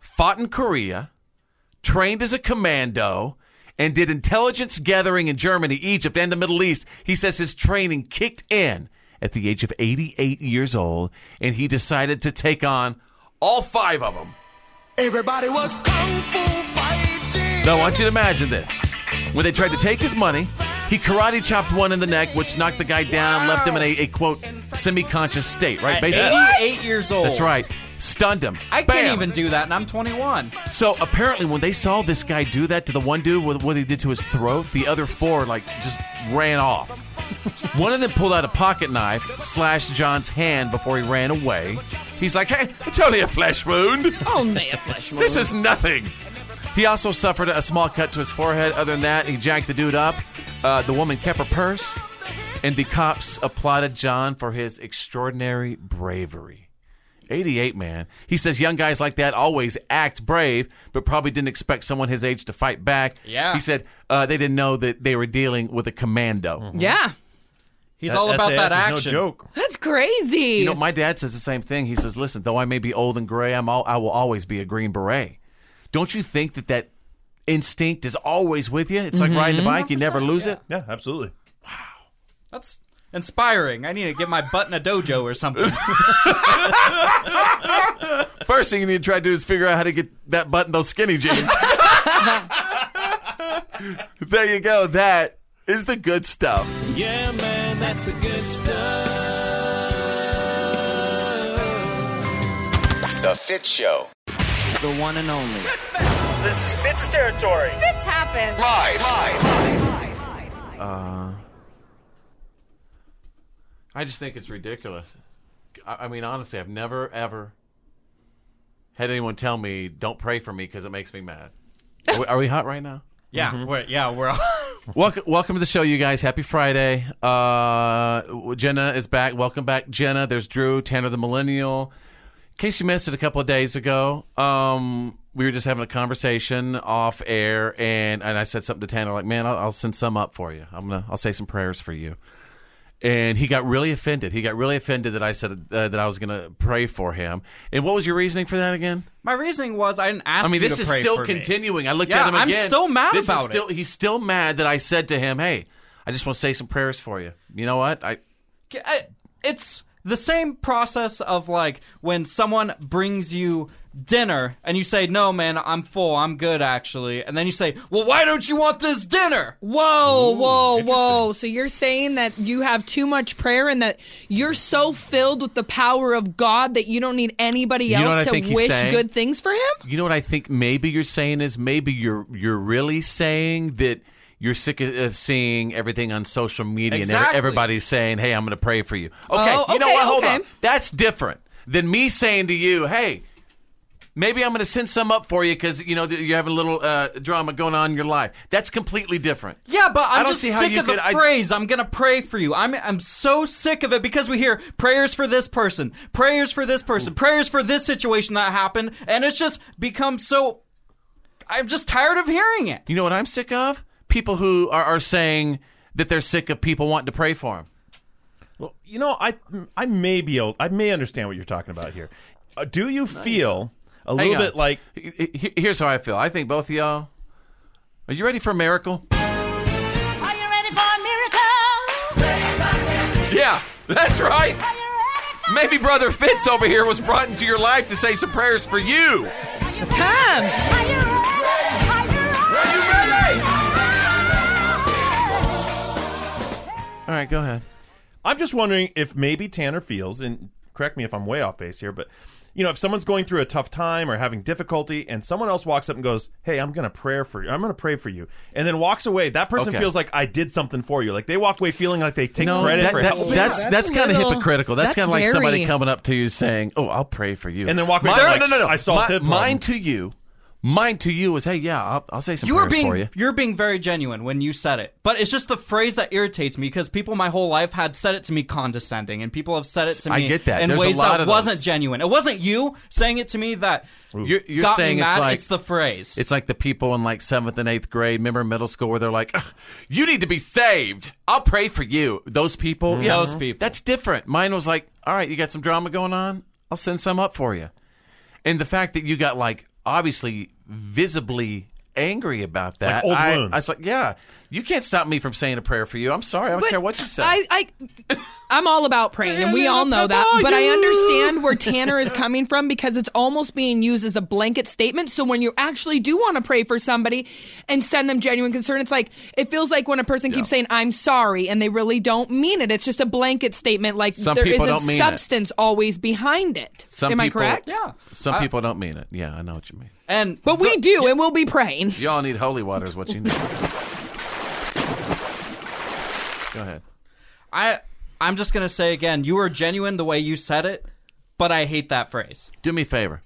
fought in Korea, trained as a commando, and did intelligence gathering in Germany, Egypt, and the Middle East. He says his training kicked in at the age of 88 years old, and he decided to take on all five of them. Everybody was kung fu fighting. Now, I want you to imagine this. When they tried to take his money, he karate chopped one in the neck, which knocked the guy down, left him in a, a quote, semi conscious state, right? At 88 years old. That's right. Stunned him. I Bam. can't even do that, and I'm 21. So apparently, when they saw this guy do that to the one dude, with what he did to his throat, the other four like just ran off. one of them pulled out a pocket knife, slashed John's hand before he ran away. He's like, "Hey, it's only a flesh wound. Only a flesh This is nothing." He also suffered a small cut to his forehead. Other than that, he jacked the dude up. Uh, the woman kept her purse, and the cops applauded John for his extraordinary bravery. 88, man. He says young guys like that always act brave, but probably didn't expect someone his age to fight back. Yeah. He said uh, they didn't know that they were dealing with a commando. Yeah, He's all about that action. that's crazy. You know, my dad says the same thing. He says, "Listen, though I may be old and gray, I'm all, I will always be a green beret." Don't you think that that instinct is always with you. It's Mhm. like riding a bike; you never lose it. Yeah, absolutely. That's inspiring. I need to get my butt in a dojo or something. First thing you need to try to do is figure out how to get that button those skinny jeans. there you go. That is the good stuff. Yeah, man, that's the good stuff. The Fit Show. The one and only. This is Fitz territory. Fitz happened. Live. Uh, I just think it's ridiculous. I, I mean, honestly, I've never ever had anyone tell me, "Don't pray for me" because it makes me mad. Are we, are we hot right now? yeah, we're, yeah, we're. welcome, welcome to the show, you guys. Happy Friday. Uh, Jenna is back. Welcome back, Jenna. There's Drew, Tanner the Millennial. In case you missed it a couple of days ago, um, we were just having a conversation off air, and, and I said something to Tanner like, "Man, I'll, I'll send some up for you. I'm gonna, I'll say some prayers for you." And he got really offended. He got really offended that I said uh, that I was gonna pray for him. And what was your reasoning for that again? My reasoning was I didn't ask. I mean, you this to is pray still for me. continuing. I looked Yeah, at him I'm again. still mad This is about it. still- He's still mad that I said to him, "Hey, I just want to say some prayers for you." You know what? I I- it's the same process of like when someone brings you dinner and you say no man i'm full i'm good actually and then you say well why don't you want this dinner Whoa, whoa, whoa. Oh, So you're saying that you have too much prayer and that you're so filled with the power of God that you don't need anybody You know what I else think to he's wish saying? good things for him? you know what I think maybe you're saying is maybe you're you're really saying that you're sick of seeing everything on social media and ev- Exactly. everybody's saying, "Hey, I'm going to pray for you." Okay, Oh, you know okay, what? Hold okay. on. That's different than me saying to you, "Hey, maybe I'm going to send some up for you because you know that you're having a little uh, drama going on in your life." That's completely different. yeah but I i'm don't just see how sick you of the could- I- phrase I... am gonna pray for you i'm i'm so sick of it because we hear prayers for this person prayers for this person prayers for this situation that happened and it's just become so i'm just tired of hearing it You know what I'm sick of? People who are, are saying that they're sick of people wanting to pray for them. Well, you know, I I may be able, I may understand what you're talking about here. Uh, do you feel a Hang little on. bit like H- h- Here's how I feel. I think both of y'all. Are you ready for a miracle? Are you ready for a miracle? Yeah, that's right. Maybe Brother Fitz over here was brought into your life to say some prayers for you. It's time. All right, go ahead. I'm just wondering if maybe Tanner feels, and correct me if I'm way off base here, but you know, if someone's going through a tough time or having difficulty, and someone else walks up and goes, "Hey, I'm going to pray for you. I'm going to pray for you," and then walks away, that person Okay. feels like I did something for you. Like they walk away feeling like they take No, credit that- for that- helping. that's you. that's, kind of hypocritical. That's, kind of like somebody coming up to you saying, "Oh, I'll pray for you," And then walk away Mine, like, no, no, no. "I saw Mi- Tip on him." mine to you. Mine to you is, "Hey, yeah, I'll, I'll say some you were prayers being for you." are being very genuine when you said it, but it's just the phrase that irritates me because people my whole life had said it to me condescending, and people have said it to I me get that. in There's a ways lot that of those. wasn't genuine. It wasn't you saying it to me that You're, you're got saying me mad. it's like the phrase. It's like the people in like seventh and eighth grade. Remember middle school where they're like, "Ugh, "You need to be saved. I'll pray for you." Those people, Mhm. yeah, Those people. That's different. Mine was like, "All right, you got some drama going on. I'll send some up for you." And the fact that you got like obviously visibly angry about that, old I, wounds. I was like, "Yeah, you can't stop me from saying a prayer for you. I'm sorry. I don't But care what you say." I, I, I'm all about praying, and we all know that. But I understand where Tanner is coming from because it's almost being used as a blanket statement. So when you actually do want to pray for somebody and send them genuine concern, it's like it feels like when a person keeps saying "I'm sorry" and they really don't mean it. It's just a blanket statement. Like Some there people isn't don't mean it. substance always behind it. Some Am I people- correct? Yeah. Some I- people don't mean it. Yeah, I know what you mean. and but we do, and we'll be praying. Y'all need holy water, is what you need. Go ahead. I I'm just gonna say again, you were genuine the way you said it, but I hate that phrase. Do me a favor.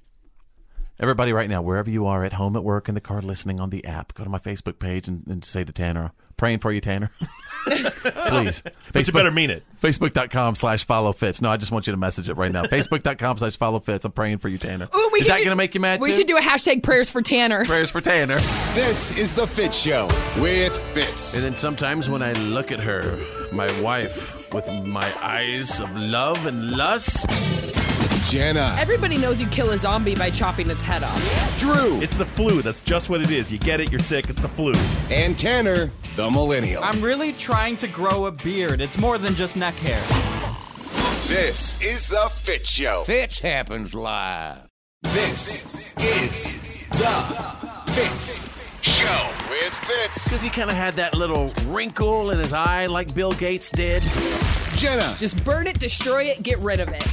Everybody, right now, wherever you are, at home, at work, in the car, listening on the app, go to my Facebook page and, and say to Tanner, praying for you, Tanner. Please. But you better mean it. Facebook.com slash follow fits. No, I just want you to message it right now. Facebook.com slash follow fits. I'm praying for you, Tanner. Ooh, we Is should- that going to make you mad? We too? should do a hashtag prayers for Tanner. Prayers for Tanner. This is The Fit Show with Fitz. And then sometimes when I look at her, my wife, with my eyes of love and lust, Jenna, Everybody knows you kill a zombie by chopping its head off. Drew. It's the flu. That's just what it is. You get it, you're sick. It's the flu. And Tanner, the millennial. I'm really trying to grow a beard. It's more than just neck hair. This is the Fit Show. Fitch happens live. This is the Fit Show with Fitz. Because he kind of had that little wrinkle in his eye like Bill Gates did. Jenna. Just burn it, destroy it, get rid of it.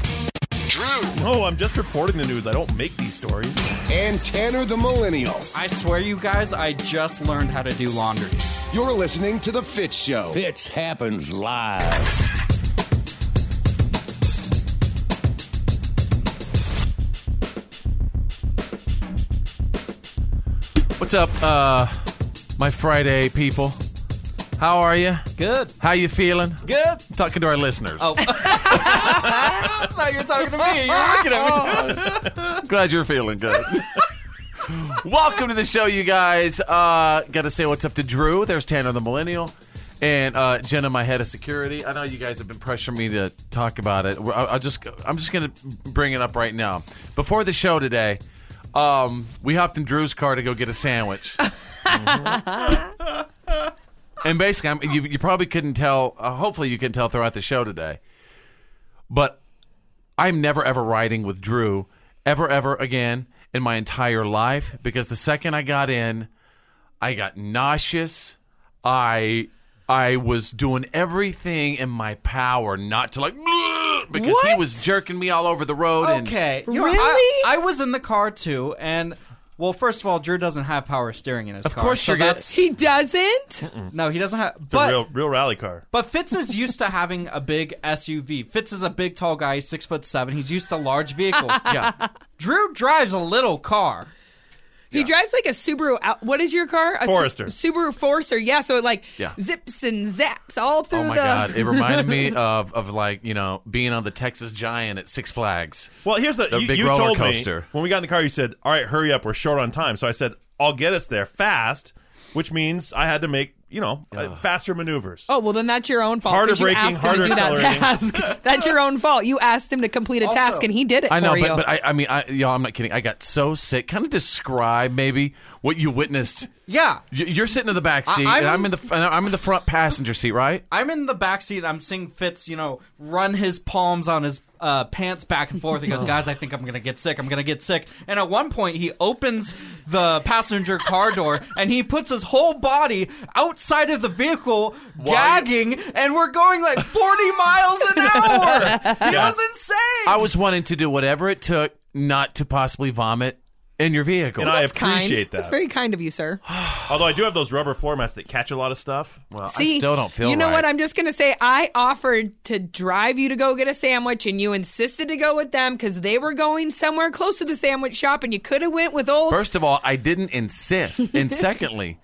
Drew. No, I'm just reporting the news. I don't make these stories. And Tanner the Millennial. I swear, you guys, I just learned how to do laundry. You're listening to The Fit Show. Fitz happens live. What's up, uh, my Friday people? How are you? Good. How you feeling? Good. I'm talking to our listeners. Oh. I thought you were talking to me. You're looking at me. Glad you're feeling good. Welcome to the show, you guys. Uh, Got to say what's up to Drew. There's Tanner the Millennial. And uh, Jenna, my head of security. I know you guys have been pressuring me to talk about it. We're- I, I'll just, I'm just going to bring it up right now. Before the show today, um, we hopped in Drew's car to go get a sandwich. and basically, I'm, you, you probably couldn't tell. Uh, hopefully, you can tell throughout the show today. But I'm never ever riding with Drew ever ever again in my entire life because the second I got in, I got nauseous. I I was doing everything in my power not to like because he What? was jerking me all over the road. and- Okay. You know, Really? I, I was in the car too, and well, first of all, Drew doesn't have power steering in his car. course so you're gonna- that's He doesn't? no, he doesn't have. It's But a real, real rally car. But Fitz is used to having a big SUV. Fitz is a big, tall guy, he's six foot seven. He's used to large vehicles. yeah. Drew drives a little car. He drives like a Subaru. Out- what is your car? A Su- Forester. Subaru Forester. Yeah, so it like Yeah. zips and zaps all through Oh my the. god! It reminded me of of like you know being on the Texas Giant at Six Flags. Well, here's the, you, big you roller told coaster. me when we got in the car. You said, "All right, hurry up, we're short on time." So I said, "I'll get us there fast," which means I had to make you know uh, faster maneuvers. Oh well, then that's your own fault. Harder 'cause you braking, asked him harder to do that accelerating. task. that's your own fault. You asked him to complete a Also- task, and he did it I know, for but, you. but I, I mean, I, y'all, I'm not kidding. I got so sick. Kind of describe maybe what you witnessed. Yeah. Y- You're sitting in the back I- seat, I'm and in- I'm in the f- and I'm in the front passenger seat, right? I'm in the back seat. I'm seeing Fitz, you know, run his palms on his uh, pants back and forth. He goes, "Guys, I think I'm gonna get sick. I'm gonna get sick." And at one point, he opens the passenger car door and he puts his whole body outside of the vehicle, gagging. And we're going like 40 miles an hour. He Yeah. was insane. I was wanting to do whatever it took not to possibly vomit in your vehicle, And I That's kind. appreciate that. That's very kind of you, sir. Although I do have those rubber floor mats that catch a lot of stuff. Oh, Well, See, You know what? I'm just gonna say I offered to drive you to go get a sandwich, and you insisted to go with them because they were going somewhere close to the sandwich shop, and you could have went with old. First of all, I didn't insist, and secondly,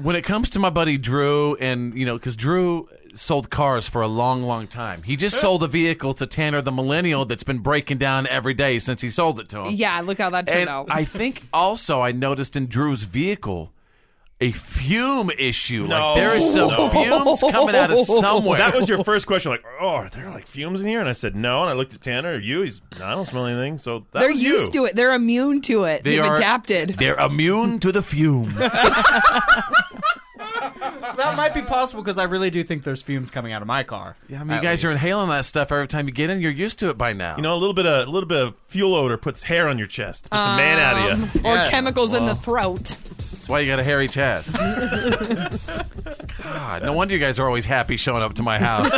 when it comes to my buddy Drew, and you know, because Drew sold cars for a long, long time, he just sold a vehicle to Tanner, the millennial, that's been breaking down every day since he sold it to him. yeah, look how that turned and out. I think also I noticed in Drew's vehicle a fume issue. No. Like there is some No. fumes coming out of somewhere. That was your first question. Like, oh, are there like fumes in here? And I said no. And I looked at Tanner. Are you? He's. No, I don't smell anything. So that They're was used you. to it. They're immune to it. They They have are- adapted. They're immune to the fume. that might be possible because I really do think there's fumes coming out of my car. Yeah, I mean, you guys are inhaling that stuff every time you get in. You're used to it by now. You know, a little bit of a little bit of fuel odor puts hair on your chest, puts a Ah. man out of you. Or Yeah. chemicals in the Well. throat. That's why you got a hairy chest. God, no wonder you guys are always happy showing up to my house.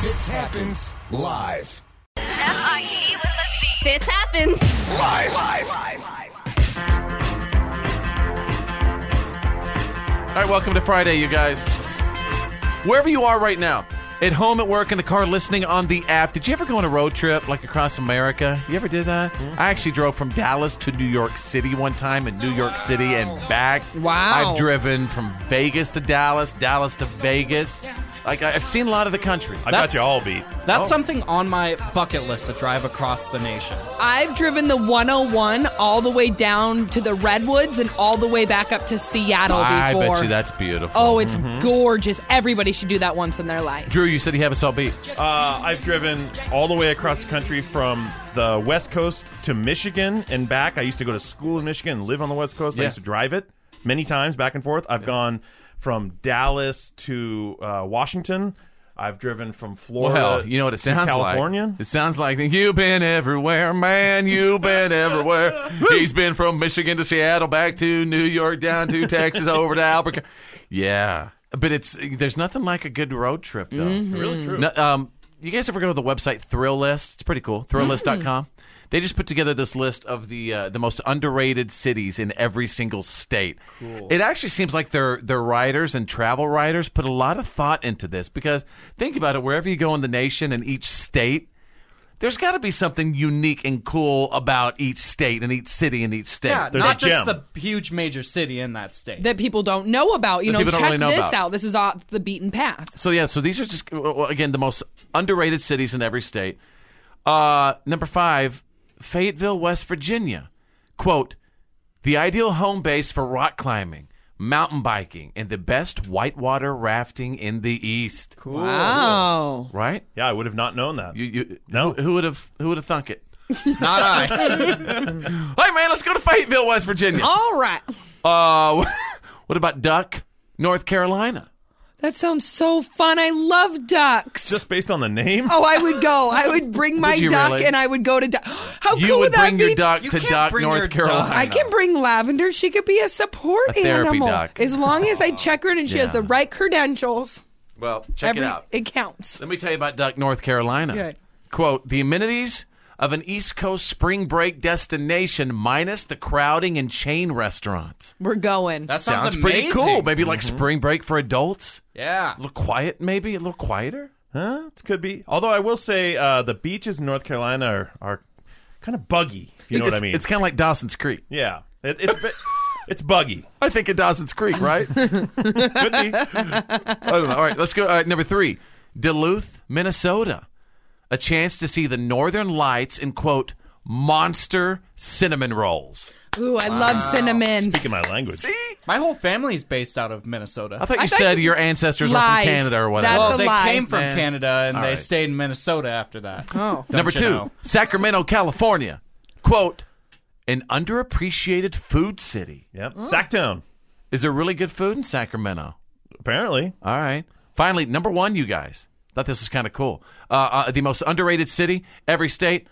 Fitz happens live. F-I-T with a C. Fitz happens. Live. All right, welcome to Friday, you guys. Wherever you are right now, at home, at work, in the car, listening on the app, did you ever go on a road trip like across America? You ever did that? Mm-hmm. I actually drove from Dallas to New York City one time, in New York City and back. Wow. I've driven from Vegas to Dallas, Dallas to Vegas. Like I- I've seen a lot of the country. I got you all beat. Oh. Oh. That's something on my bucket list to drive across the nation. I've driven the 101 all the way down to the redwoods and all the way back up to Seattle I before. bet you that's beautiful. Oh, it's Mhm. gorgeous. Everybody should do that once in their life. Drew, you said you have us all beat. Uh, I've driven all the way across the country from the West Coast to Michigan and back. I used to go to school in Michigan and live on the West Coast. I Yeah. used to drive it many times back and forth. I've gone from Dallas to uh, Washington. I've driven from Florida. Well, you know what it to sounds California. like? It sounds like you've been everywhere, man. You've been everywhere. He's been from Michigan to Seattle, back to New York, down to Texas, over to Albuquerque. Yeah, but it's there's nothing like a good road trip though. Mhm. Really true. No, um, you guys ever go to the website Thrill List? It's pretty cool. ThrillList.com. They just put together this list of the uh, the most underrated cities in every single state. Cool. It actually seems like their their writers and travel writers put a lot of thought into this because think about it. Wherever you go in the nation and each state, there's got to be something unique and cool about each state and each city and each state. Yeah, not just the huge major city in that state. That people don't know about. You That know, people don't check really know this about. out. This is off the beaten path. So yeah, so these are just well, well, again the most underrated cities in every state. Uh, number five, Fayetteville, West Virginia. Quote: The ideal home base for rock climbing, mountain biking, and the best whitewater rafting in the East. Cool. Wow. Right? Yeah, I would have not known that. You, you no. Who would have? Who would have thunk it? Not I. hey man, let's go to Fayetteville, West Virginia. All right. Uh, what about Duck, North Carolina? That sounds so fun. I love ducks. Just based on the name. Oh, I would go. I would bring my Would you duck really? and I would go to duck. How You cool would would that bring your be? duck You to can't Duck, bring North your duck. Carolina. I can bring Lavender. She could be a support A therapy animal duck. as long as I check her and she has Yeah. the right credentials. Well, check every- it out. It counts. Let me tell you about Duck, North Carolina. Good. Quote The amenities of an East Coast spring break destination, minus the crowding and chain restaurants. We're going. That Sounds, pretty cool. Mm-hmm. Maybe like spring break for adults. Yeah. A little quiet, maybe? A little quieter? Huh? It could be. Although I will say uh, the beaches in North Carolina are, are kind of buggy, if you know it's, what I mean. It's kind of like Dawson's Creek. yeah. It, it's, bi- it's buggy. I think of Dawson's Creek, right? I don't know. All right, let's go. All right, number three Duluth, Minnesota. A chance to see the northern lights and, quote, monster cinnamon rolls. Ooh, I love cinnamon. Speaking my language. My whole family's based out of Minnesota. I thought you said your ancestors were Lies. from Canada or whatever. well, they came from Man. Canada and All they right. stayed in Minnesota after that. Oh. Don't Number you two, know? Sacramento, California. Quote, an underappreciated food city. Yep. Sacktown. Is there really good food in Sacramento? Apparently. All right. Finally, number one, you guys. Thought this was kind of cool. Uh, uh, the most underrated city, every state,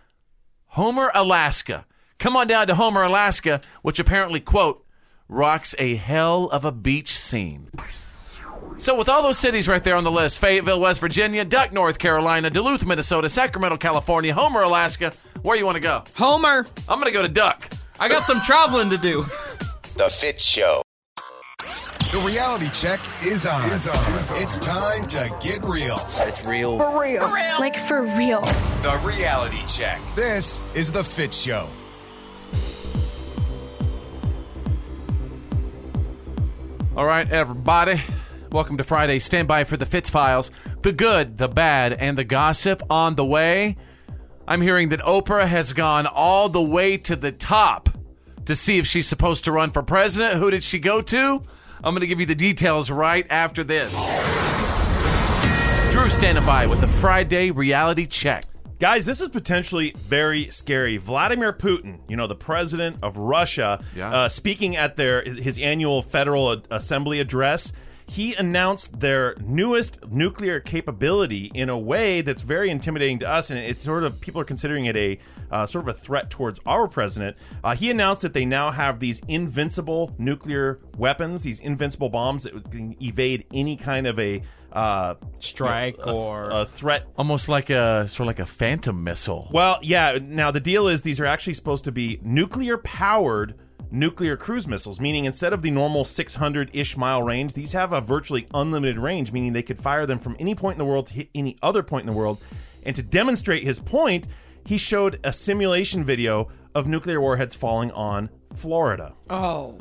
Homer, Alaska. Come on down to Homer, Alaska, which apparently, quote, rocks a hell of a beach scene. So, with all those cities right there on the list Fayetteville, West Virginia, Duck, North Carolina, Duluth, Minnesota, Sacramento, California, Homer, Alaska, where you want to go? Homer. I'm going to go to Duck. I got some traveling to do. The Fit Show. The reality check is on. It's, time to get real. It's real. For real. Like for real. The reality check. This is The Fit Show. All right, everybody. Welcome to Friday. Stand by for the Fitz Files. The good, the bad, and the gossip on the way. I'm hearing that Oprah has gone all the way to the top to see if she's supposed to run for president. Who did she go to? I'm going to give you the details right after this. Drew standing by with the Friday reality check. Guys, this is potentially very scary. Vladimir Putin, you know, the president of Russia, uh, speaking at their his annual Federal A- Assembly address, he announced their newest nuclear capability in a way that's very intimidating to us, and it's sort of people are considering it a uh, sort of a threat towards our president. Uh, he announced that they now have these invincible nuclear weapons, these invincible bombs that can evade any kind of a uh, Strike a- or- a threat Almost like a sort of like a phantom missile. well, yeah. Now the deal is these are actually supposed to be nuclear powered nuclear cruise missiles, meaning instead of the normal 600 ish mile range, these have a virtually unlimited range, meaning they could fire them from any point in the world to hit any other point in the world. And to demonstrate his point, he showed a simulation video of nuclear warheads falling on Florida. Oh.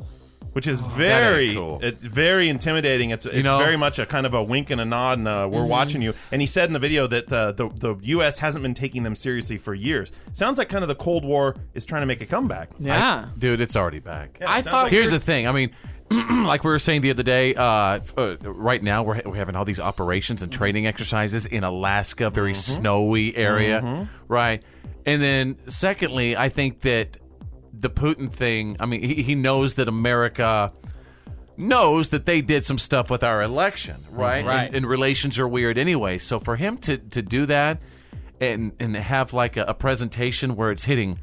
which is ain't very cool. it's very intimidating. It's it's know- very much a kind of a wink and a nod, and uh we're Mhm. watching you. And he said in the video that uh, the the U.S. hasn't been taking them seriously for years. Sounds like kind of the Cold War is trying to make a comeback. I- dude, it's already back. Yeah, it I sounds thought- like Here's you're- the thing. I mean, like we were saying the other day, uh, f- uh, right now we're, ha- we're having all these operations Mm-hmm. and training exercises in Alaska, very snowy area, Mm-hmm. Mhm. right? And then, secondly, I think that the Putin thing. I mean, he, he knows that America knows that they did some stuff with our election, Mm-hmm. right? Right. And, and relations are weird anyway. So for him to to do that and and have like a, a presentation where it's hitting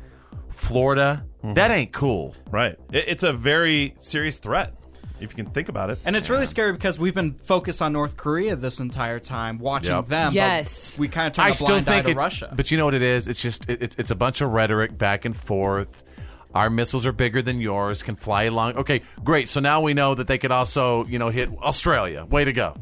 Florida, Mm-hmm. that ain't cool, right? It, it's a very serious threat if you can think about it. And it's really scary because we've been focused on North Korea this entire time, watching Yep. them. but Yes. we kind of turn a blind eye to it's- Russia. But you know what it is? It's just it, it- it's a bunch of rhetoric back and forth. Our missiles are bigger than yours, can fly along. Okay, great. So now we know that they could also, you know, hit Australia. Way to go.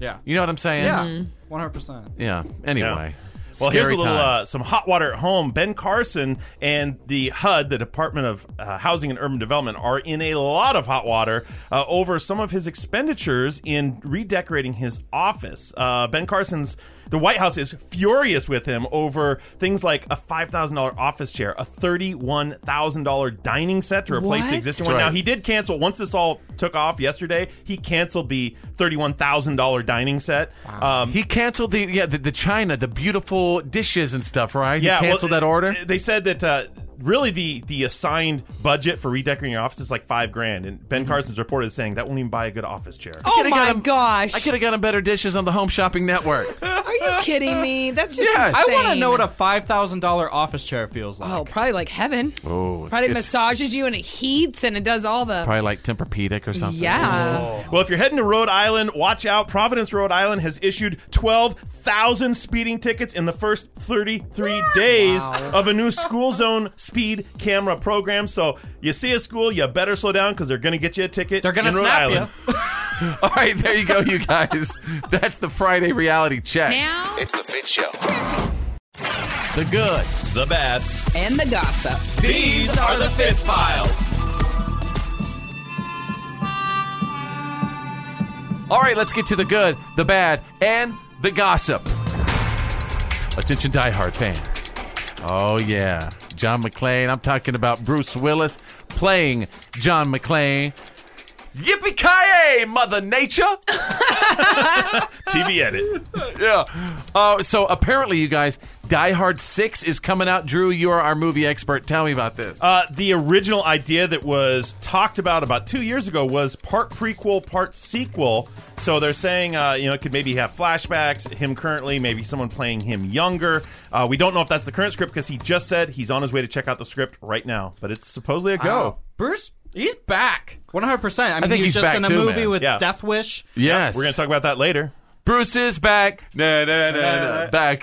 Yeah. You know what I'm saying? Mm-hmm. Yeah, Mm-hmm. Mm-hmm. one hundred percent. Yeah. Anyway. Well, here's a Scary little times. uh, some hot water at home. Ben Carson and the HUD, the Department of uh, Housing and Urban Development, are in a lot of hot water uh, over some of his expenditures in redecorating his office. Uh, ben Carson's the White House is furious with him over things like a five thousand dollar office chair, a thirty one thousand dollar dining set to replace What? the existing That's one. Now right. he did cancel once this all took off yesterday. He canceled the thirty one thousand dollar dining set. Um, he canceled the yeah the, the China, the beautiful dishes and stuff, right? Yeah, he well, canceled that order. They said that uh, really the the assigned budget for redecorating your office is like five grand, and Ben Mm-hmm. Carson's report is saying that won't even buy a good office chair. Oh my gosh! I could have gotten better dishes on the Home Shopping Network. Are you kidding me? That's just I insane. want to know what a five thousand dollar office chair feels like. Oh, probably like heaven. Oh, it's- Probably it's massages you and it heats and it does all the. probably like Tempur-Pedic or something. Yeah. Well, if you're heading to Rhode Island, watch out. Providence, Rhode Island has issued 12,000 speeding tickets in the first 33 days of a new school zone speed camera program. So you see a school, you better slow down because they're going to get you a ticket. They're We're gonna in Rhode snap Island. you. All right, there you go, you guys. That's the Friday reality check. Now- It's the Fit Show. The good, the bad, and the gossip. These are the Fitz Files. All right, let's get to the good, the bad, and the gossip. Attention, diehard fans. Oh, yeah. John McClane. I'm talking about Bruce Willis playing John McClane. Yippee-ki-yay, Mother Nature! TV edit. yeah. Uh, so apparently, you guys, Die Hard 6 is coming out. Drew, you are our movie expert. Tell me about this. Uh, the original idea that was talked about about two years ago was part prequel, part sequel. So they're saying, uh, you know, it could maybe have flashbacks, him currently, maybe someone playing him younger. Uh, we don't know if that's the current script because he just said he's on his way to check out the script right now, but it's supposedly a go. Wow. Bruce, he's back. One hundred percent. I mean, think he was he's just back in a too, movie man. with Yeah. Death Wish. Yes. We're going to talk about that later. Bruce is back. Na, na, na, na. Back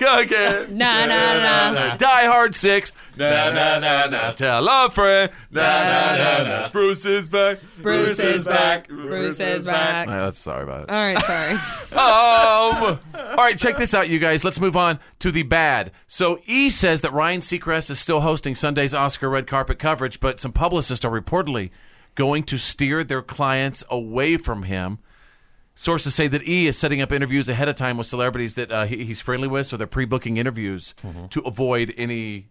again. Na, na, na, na. Die Hard 6. Na, na, na, na. Tell a friend. Na, na, na, na. Bruce is back. Bruce is back. Bruce is back. All right, that's, sorry about it. All right, sorry. um, all right, check this out, you guys. Let's move on to the bad. So, E says that Ryan Seacrest is still hosting Sunday's Oscar red carpet coverage, but some publicists are reportedly going to steer their clients away from him. Sources say that E is setting up interviews ahead of time with celebrities that uh, he, he's friendly with, so they're pre-booking interviews to avoid any,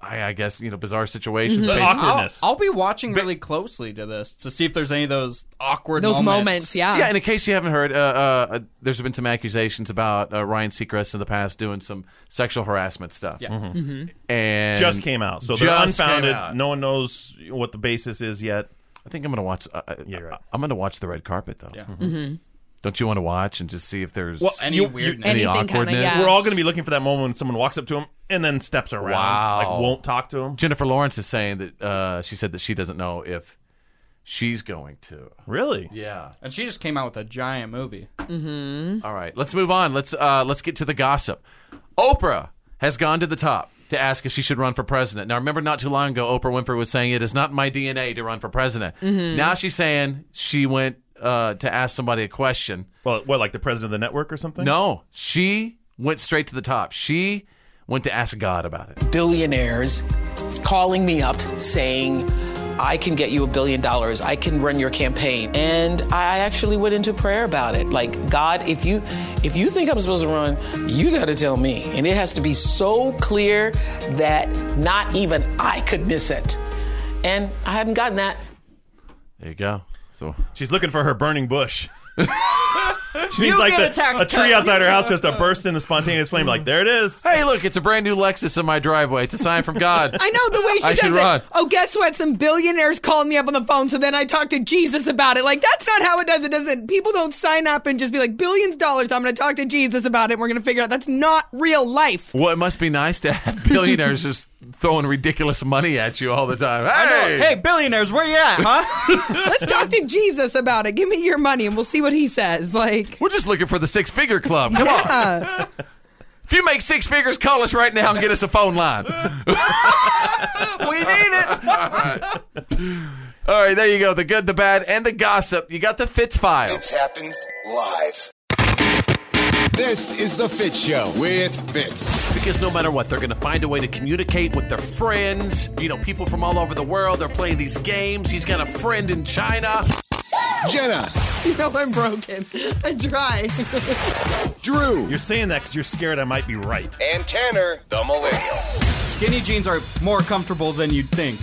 I, I guess, you know, bizarre situations. Mm-hmm. But based- I'll, I'll be watching really closely to this to see if there's any of those awkward Yeah, and in case you haven't heard, uh, uh, uh, there's been some accusations about uh, Ryan Seacrest in the past doing some sexual harassment stuff. Yeah. Mhm. And just came out. So they're Just came unfounded. out. No one knows what the basis is yet. I think I'm going to watch. Uh, yeah, right. I'm going to watch the red carpet though. Yeah. Mm-hmm. Mhm. Don't you want to watch and just see if there's Oh, Well, you- you- any awkwardness? We're all going to be looking for that moment when someone walks up to him and then steps around. Wow. Like, won't talk to him. Jennifer Lawrence is saying that uh, she said that she doesn't know if she's going to. Really? Yeah. And she just came out with a giant movie. Mm-hmm. All right, let's move on. Let's uh, let's get to the gossip. Oprah has gone to the top to ask if she should run for president. Now, remember, not too long ago, Oprah Winfrey was saying it is not my DNA to run for president. Mm-hmm. Mhm. Now she's saying she went uh, to ask somebody a question. Well, what like the president of the network or something? No, she went straight to the top. She went to ask God about it. billionaires calling me up saying, I can get you a billion dollars. I can run your campaign. And I actually went into prayer about it. Like, God, if you if you think I'm supposed to run, you got to tell me. And it has to be so clear that not even I could miss it. And I haven't gotten that. There you go. So she's looking for her burning bush. she You needs like get the, a tax tree cut. outside her house just to burst into spontaneous flame. Like there it is. Hey, look, it's a brand new Lexus in my driveway. It's a sign from God. I know the way she I should does it. run. Oh, guess what? Some billionaires called me up on the phone, so then I talked to Jesus about it. Like that's not how it does. It doesn't. People don't sign up and just be like billions of dollars. I'm going to talk to Jesus about it. and We're going to figure out that's not real life. Well, it must be nice to have billionaires just throwing ridiculous money at you all the time. Hey, Hey, billionaires, where you at, huh? Let's talk to Jesus about it. Give me your money, and we'll see what he says. Like, we're just looking for the six figure club. Come on. yeah. If you make six figures, call us right now and get us a phone line. we need it. All right. All right, there you go. The good, the bad, and the gossip. You got the Fitz file. Fitz happens live. This is the Fit Show with Fitz. Because no matter what, they're going to find a way to communicate with their friends. You know, people from all over the world are playing these games. He's got a friend in China. Jenna. You know I'm broken. I try. Drew. You're saying that because you're scared I might be right. And Tanner, the millennial. Skinny jeans are more comfortable than you'd think.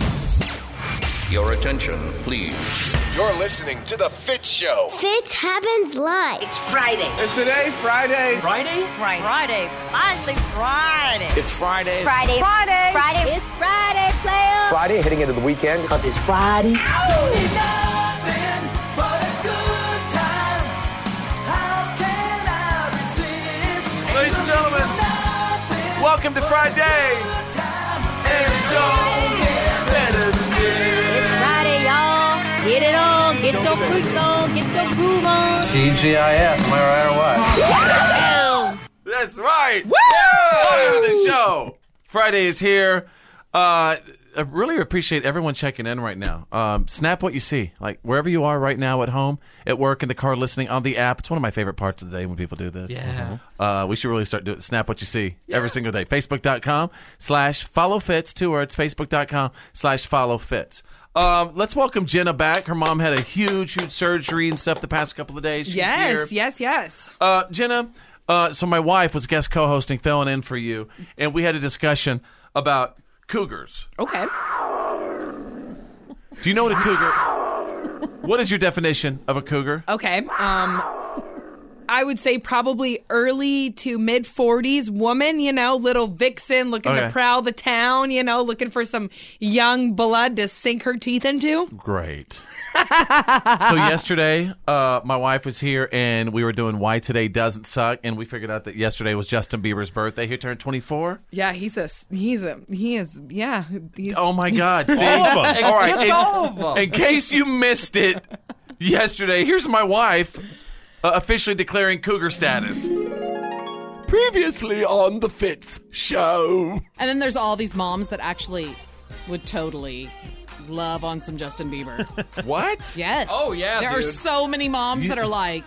Your attention, please. You're listening to the Fit Show. Fitz happens live. It's Friday. Is today Friday? Friday? Friday. Friday. Finally Friday. It's Friday. Friday. Friday. Friday. It's Friday, players. Friday, heading into the weekend. Because it's Friday. Ladies and gentlemen, welcome to Friday. It's Friday, y'all. Get it on. Get your freak on. Get your groove on. CGIF, am I right or what? That's right. Welcome to the show. Friday is here. Uh, I really appreciate everyone checking in right now. Um, snap what you see, like wherever you are right now, at home, at work, in the car, listening on the app. It's one of my favorite parts of the day when people do this. Yeah. Uh, we should really start doing snap what you see every single day. Facebook.com slash follow fits, two words, Facebook.com slash follow fits. Um, let's welcome Jenna back. Her mom had a huge, huge surgery and stuff the past couple of days. She's here. Yes, yes, yes. Uh, Jenna, uh, so my wife was guest co hosting, filling in for you, and we had a discussion about cougars. Okay. Do you know what a cougar What is your definition of a cougar? Okay. Um I would say probably early to mid 40s woman, you know, little vixen looking Okay. to prowl the town, you know, looking for some young blood to sink her teeth into. Great. so yesterday, uh, my wife was here, and we were doing "Why Today Doesn't Suck," and we figured out that yesterday was Justin Bieber's birthday. He turned 24. Yeah, he's a he's a he is yeah, he's Oh my God! See? All of 'em. All right, It's in, all of 'em. In case you missed it yesterday, here's my wife uh, officially declaring cougar status. Previously on the Fitz show. And then there's all these moms that actually would totally love on some Justin Bieber. What? yes. Oh, yeah, There are dude. so many moms You- that are like,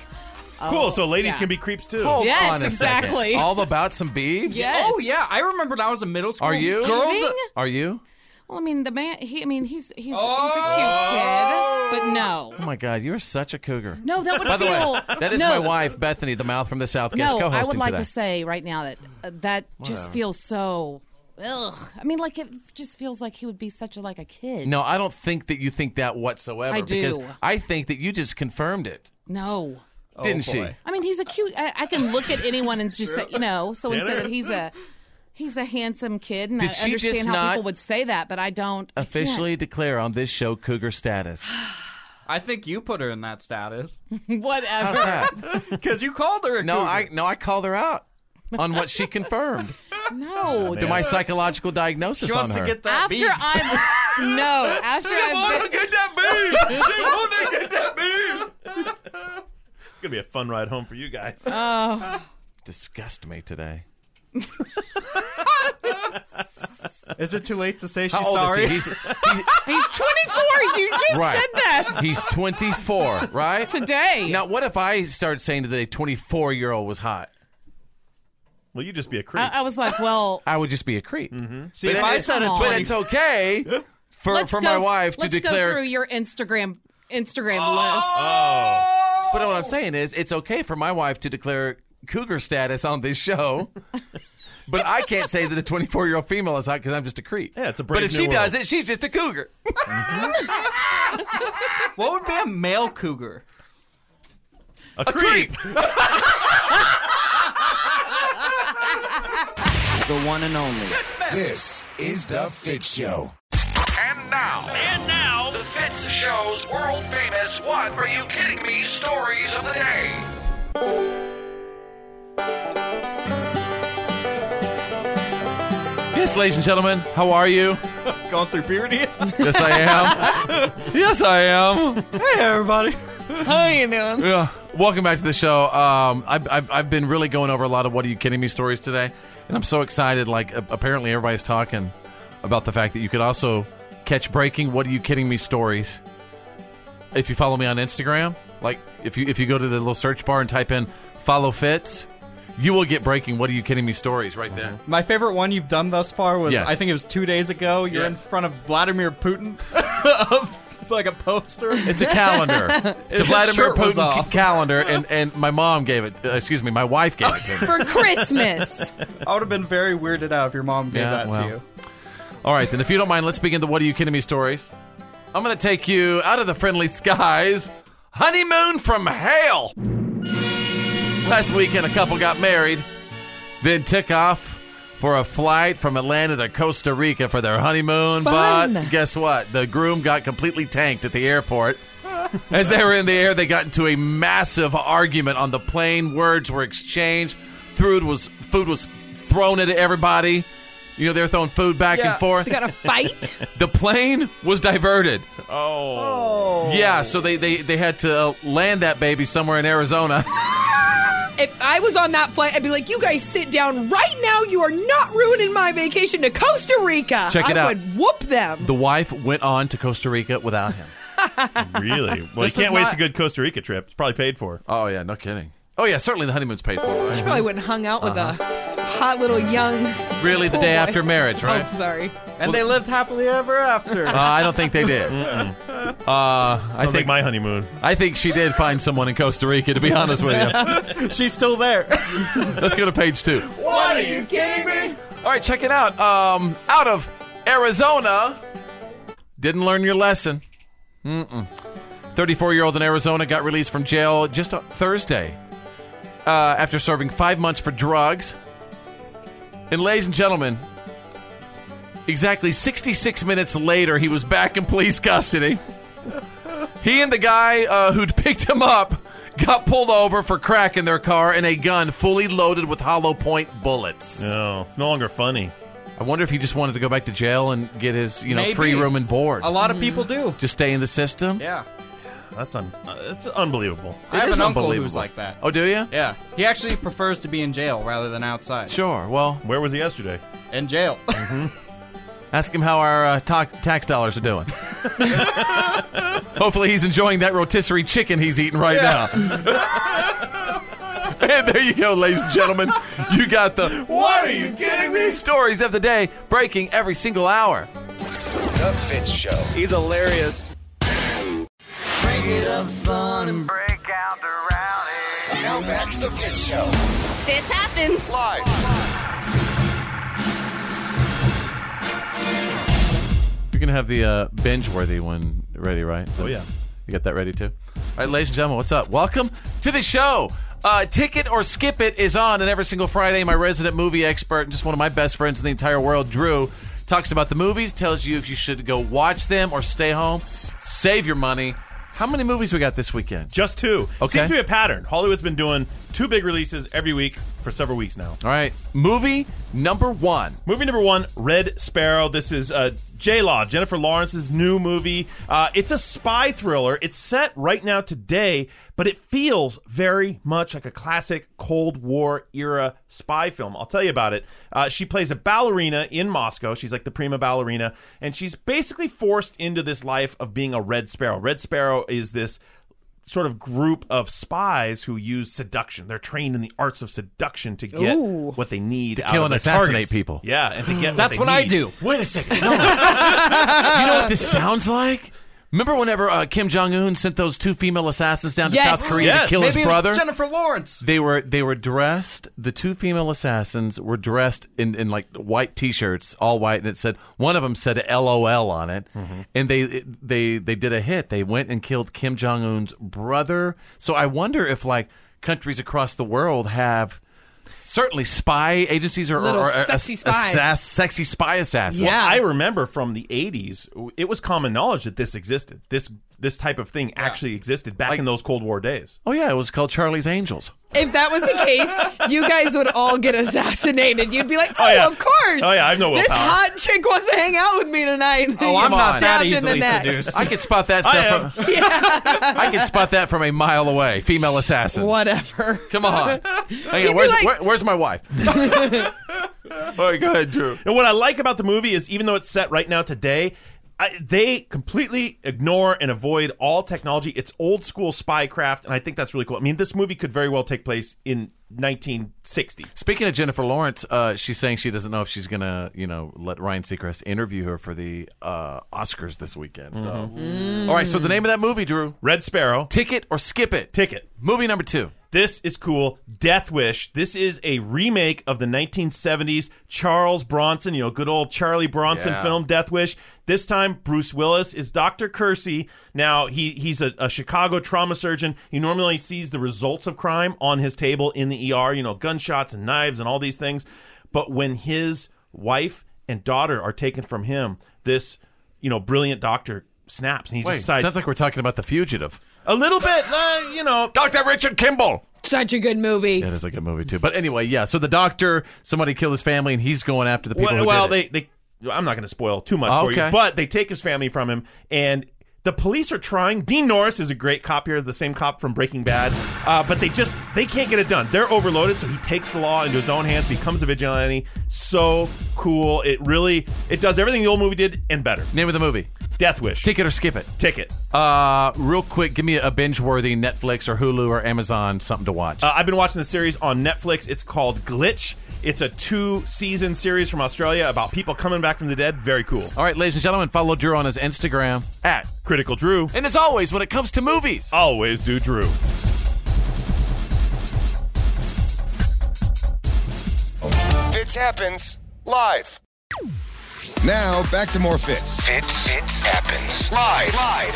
oh, cool. So ladies yeah. can be creeps too. Hold Yes, on a exactly. Second. All about some beeves. Yes. Oh yeah, I remember when I was in middle school. Are you? Girls, Are you? Well, I mean, the man. He, I mean, he's he's, he's a cute kid, but no, Oh my God! You're such a cougar. No, that would By the feel- way, that is no. my wife, Bethany, the mouth from the south, guest no. co-hosting I would like today. to say right now that uh, that just Whatever. feels so. Ugh. I mean, like it just feels like he would be such a like a kid. No, I don't think that you think that whatsoever. I Because do. I think that you just confirmed it. No. Didn't she? I mean, he's a cute. I, I can look at anyone and just say, you know, so and say Tanner? that he's a he's a handsome kid, and Did I she just understand how not- people would say that, but I don't I can't. Officially declare on this show cougar status. I think you put her in that status Whatever. because you called her. A No, cougar. I no, I called her out on what she confirmed. No. to my psychological diagnosis She wants on to her. get that after beef. I no after I've been, get that It's gonna be a fun ride home for you guys. Uh, Oh. Disgust me today. Is it too late to say she's How old sorry? is he? He's, He's 24. You just right. said that. He's 24, right? Today. Now, what if I started saying today 24 year old was hot? Well, you'd just be a creep. I, I was like, well, I would just be a creep. Mm-hmm. See, if I said a but 20 it's okay for, Let's for go- my wife to let's declare. go through your Instagram Instagram Oh. But what I'm saying is, it's okay for my wife to declare cougar status on this show. But I can't say that a 24 year old female is hot because I'm just a creep. Yeah, it's a brave But if new she does world. it, she's just a cougar. what would be a male cougar? A, creep. The one and only. This is The Fit Show. And now, and now, the Fitz Show's world famous What Are You Kidding Me stories of the day. Yes, ladies and gentlemen, how are you? Going through puberty? Yes, I am. yes, I am. Hey, everybody. How you doing? Yeah. Welcome back to the show. Um, I've, I've, I've been really going over a lot of "What Are You Kidding Me" stories today, and I'm so excited. Like, a- apparently, everybody's talking about the fact that you could also catch breaking "What Are You Kidding Me" stories if you follow me on Instagram. Like, if you if you go to the little search bar and type in "follow Fitz," you will get breaking "What Are You Kidding Me" stories right there. My favorite one you've done thus far was Yes. I think it was two days ago. You're in front of Vladimir Putin. Of, like a poster. It's a calendar. It's a His Vladimir shirt was Putin off. calendar, and, and my mom gave it. Uh, excuse me, my wife gave it to me. For Christmas. I would have been very weirded out if your mom gave that well. to you. All right, then, if you don't mind, let's begin the What Are You Kidding Me stories. I'm going to take you out of the friendly skies. Honeymoon from hell. Last weekend, a couple got married, then took off for a flight from Atlanta to Costa Rica for their honeymoon. But guess what? The groom got completely tanked at the airport. As they were in the air, they got into a massive argument on the plane. Words were exchanged. Food was food was thrown at everybody. You know, they were throwing food back Yeah. and forth. They got a fight? the plane was diverted. Oh. Yeah, so they, they, they had to uh, land that baby somewhere in Arizona. If I was on that flight, I'd be like, you guys sit down right now. You are not ruining my vacation to Costa Rica. Check it I out. would whoop them. the wife went on to Costa Rica without him. really? Well, This you is can't waste not- a good Costa Rica trip. It's probably paid for. Oh, yeah, no kidding. Oh, yeah, certainly the honeymoon's paid for. right? She probably wouldn't hung out with a hot little young. Really, the pool day Oh, boy. after marriage, Uh-huh. right? Oh, sorry. And they lived happily ever after. Uh, I don't think they did. Uh, I think my honeymoon. I think she did find someone in Costa Rica. To be honest with you, She's still there. let's go to page two. What are you kidding me? All right, check it out. Um, out of Arizona, didn't learn your lesson. Mm-mm. 34-year-old in Arizona got released from jail just on Thursday uh, after serving five months for drugs. And ladies and gentlemen, exactly 66 minutes later, he was back in police custody. He and the guy uh, who'd picked him up got pulled over for crack in their car and a gun fully loaded with hollow point bullets. No, it's no longer funny. I wonder if he just wanted to go back to jail and get his, you know, Maybe. free room and board. A lot of people do. Just stay in the system. Yeah. That's un- uh, it's unbelievable. I It have is an uncle who's unbelievable. like that. Oh, do you? Yeah. He actually prefers to be in jail rather than outside. Sure. Well, where was he yesterday? In jail. Ask him how our uh, ta- tax dollars are doing. Hopefully, he's enjoying that rotisserie chicken he's eating right now. and there you go, ladies and gentlemen. You got the What Are You Kidding Me? stories of the day breaking every single hour. The Fit Show. He's hilarious. Break it up, son, and break out the rowdy. Now back to The Fit Show. Fits happens. Live. You're gonna have the uh, binge-worthy one ready, right? oh yeah, you got that ready too. All right, ladies and gentlemen, what's up? Welcome to the show. Uh, Ticket or Skip It is on, and every single Friday, my resident movie expert and just one of my best friends in the entire world, Drew, talks about the movies, tells you if you should go watch them or stay home, save your money. How many movies we got this weekend? Just two. Okay. Seems to be a pattern. Hollywood's been doing two big releases every week for several weeks now. All right. Movie number one. Movie number one, Red Sparrow. This is uh, J Law, Jennifer Lawrence's new movie. Uh, it's a spy thriller. It's set right now today, but it feels very much like a classic Cold War era spy film. I'll tell you about it. Uh, she plays a ballerina in Moscow. She's like the prima ballerina, and she's basically forced into this life of being a Red Sparrow. Red Sparrow is this sort of group of spies who use seduction. They're trained in the arts of seduction to get Ooh. what they need To out kill of and their assassinate targets. people. Yeah, and to get That's they what I need. do. Wait a second. No. you know what this sounds like? Remember whenever uh, Kim Jong Un sent those two female assassins down to Yes. South Korea to kill Maybe his it was brother? Jennifer Lawrence. They were they were dressed. The two female assassins were dressed in, in like white T-shirts, all white, and it said one of them said "LOL" on it. And they they they did a hit. They went and killed Kim Jong Un's brother. So I wonder if like countries across the world have certainly spy agencies or, Little or, or sexy ass- spies. assass- sexy spy assassins. Well, I remember from the 80s, w- it was common knowledge that this existed. This this type of thing actually existed back in those Cold War days. Oh yeah, it was called Charlie's Angels. If that was the case, you guys would all get assassinated. You'd be like, "Oh, yeah. of course." Oh, yeah, I've no This willpower. hot chick wants to hang out with me tonight. Oh, I'm not that easily seduced. I could spot that stuff. From, I could spot that from a mile away. Female assassins. Whatever. Come on. Hey, She'd be where's like- where, where's my wife? All right, go ahead, Drew. And what I like about the movie is even though it's set right now today, I, they completely ignore and avoid all technology. It's old school spycraft, and I think that's really cool. I mean, this movie could very well take place in 1960. Speaking of Jennifer Lawrence, uh, she's saying she doesn't know if she's gonna, you know, let Ryan Seacrest interview her for the uh, Oscars this weekend. So, Mhm. all right. So the name of that movie, Drew, Red Sparrow. Ticket or Skip It. Ticket. Movie number two. This is cool. Death Wish. This is a remake of the 1970s Charles Bronson, you know, good old Charlie Bronson Yeah. film Death Wish. This time, Bruce Willis is Dr. Kersey. Now, he, he's a, a Chicago trauma surgeon. He normally sees the results of crime on his table in the ER, you know, gunshots and knives and all these things. But when his wife and daughter are taken from him, this, you know, brilliant doctor snaps and he Wait, decides. sounds like we're talking about The Fugitive. a little bit, uh, you know. Dr. Richard Kimball. Such a good movie. That is a good movie too. But anyway, yeah. So the doctor, somebody killed his family, and he's going after the people. well, who well, did it. they they I'm not going to spoil too much Oh, for okay. you, but they take his family from him and. The police are trying. Dean Norris is a great cop here, the same cop from Breaking Bad, uh, but they just they can't get it done. They're overloaded, so he takes the law into his own hands, becomes a vigilante. So cool! It really it does everything the old movie did and better. Name of the movie: Death Wish. Ticket or Skip It. Ticket. Uh, real quick, give me a binge-worthy Netflix or Hulu or Amazon something to watch. Uh, I've been watching the series on Netflix. It's called Glitch. It's a two season series from Australia about people coming back from the dead. Very cool. All right, ladies and gentlemen, follow Drew on his Instagram at Critical Drew. And as always, when it comes to movies, always do Drew. Fits happens live. Now back to more fits. Fits happens live.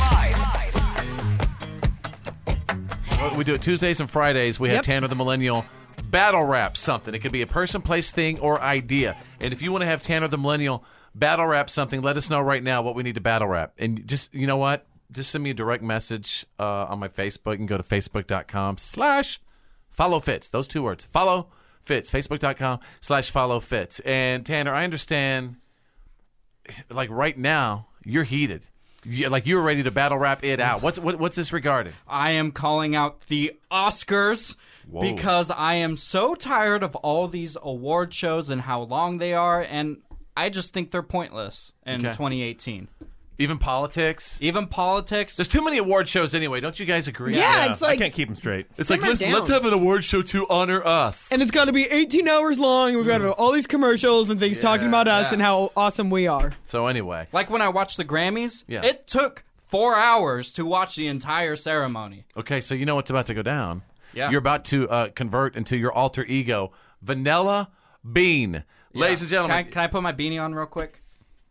We do it Tuesdays and Fridays. We have Yep. Tanner the Millennial battle rap something. It could be a person, place, thing, or idea. And if you want to have Tanner the Millennial battle rap something, let us know right now what we need to battle rap. And just, you know what? Just send me a direct message uh, on my Facebook and go to facebook.com slash follow fits. Those two words. Follow fits. Facebook.com slash follow fits. And Tanner, I understand, like right now, you're heated. you like you're ready to battle rap it out. What's what, what's this regarding? I am calling out the Oscars Whoa. because I am so tired of all these award shows and how long they are, and I just think they're pointless in Okay. 2018. Even politics. Even politics. There's too many award shows anyway. Don't you guys agree? Yeah, Yeah, it's I like- can't keep them straight. It's like Simmer let's, down. let's have an award show to honor us. And it's got to be 18 hours long. and We've got Mm. all these commercials and things talking about us and how awesome we are. So anyway, Like when I watched the Grammys, Yeah. it took four hours to watch the entire ceremony. okay, so you know what's about to go down. Yeah. you're about to uh, convert into your alter ego, Vanilla Bean, ladies and Can I, gentlemen. can I put my beanie on real quick?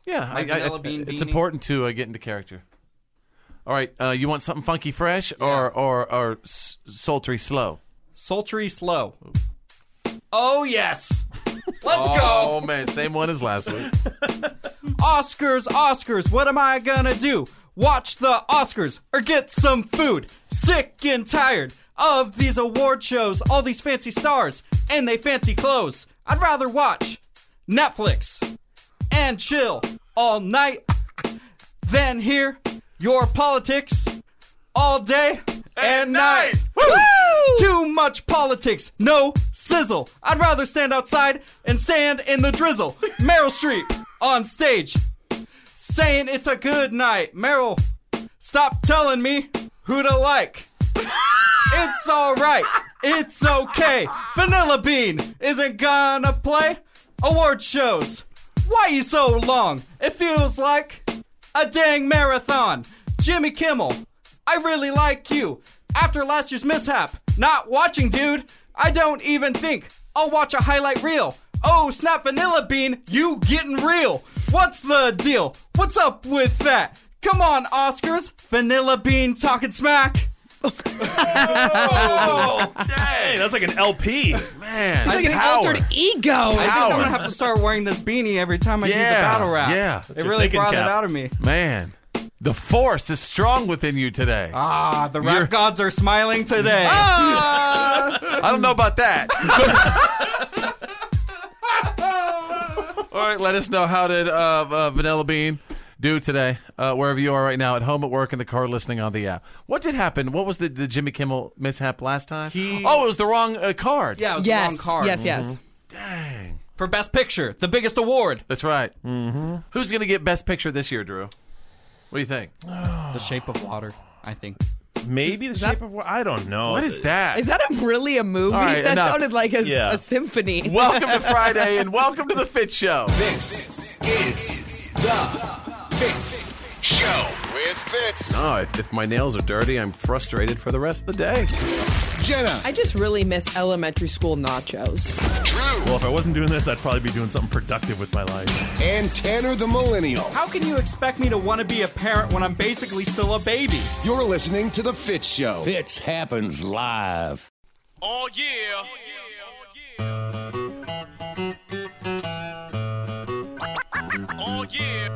yeah, my Vanilla Bean it's beanie? important to uh, get into character. All right, uh, you want something funky, fresh, or or or s- sultry, slow? Sultry slow. Oh yes. Let's oh man, same one as last week. go. Oscars, Oscars, what am I gonna do? Watch the Oscars or get some food. Sick and tired of these award shows, all these fancy stars, and they fancy clothes. I'd rather watch Netflix and chill all night than hear your politics all day and night. Woo! Too much politics, no sizzle. I'd rather stand outside and stand in the drizzle. Meryl Streep on stage saying it's a good night. Meryl, stop telling me who to like. It's all right. It's okay. Vanilla Bean isn't gonna play award shows. Why you so long? It feels like a dang marathon. Jimmy Kimmel, I really like you. After last year's mishap, not watching, dude. I don't even think I'll watch a highlight reel. Oh, snap, Vanilla Bean, you getting real. What's the deal? What's up with that? Come on, Oscars. Vanilla Bean talking smack. Hey, that's like an LP. Man. He's like an Power. altered e- ego. I think I'm Power. gonna have to start wearing this beanie every time I do Yeah, the battle rap. yeah. That's it your really thinking brought cap. it out of me. Man, the force is strong within you today. Ah, the rap gods are smiling today. Ah! I don't know about that. All right, let us know how did uh, uh, Vanilla Bean do today, uh, wherever you are right now, at home, at work, in the car, listening on the app. What did happen? What was the, the Jimmy Kimmel mishap last time? oh, it was the wrong uh, card. Yeah, it was the wrong card. Mhm. For Best Picture, the biggest award. That's right. Mm-hmm. Who's going to get Best Picture this year, Drew? What do you think? the Shape of Water, I think. Maybe the shape of water. I don't know. What is that? Is that a, really a movie? All right, that enough. sounded like a, Yeah. a symphony. Welcome to Friday and welcome to the Fit Show. This is the Fitz Show with Fitz. No, if, if my nails are dirty, I'm frustrated for the rest of the day. Jenna. I just really miss elementary school nachos. Well, if I wasn't doing this, I'd probably be doing something productive with my life. And Tanner the Millennial. How can you expect me to want to be a parent when I'm basically still a baby? You're listening to the Fitz Show. Fitz happens live. Oh yeah. Oh yeah.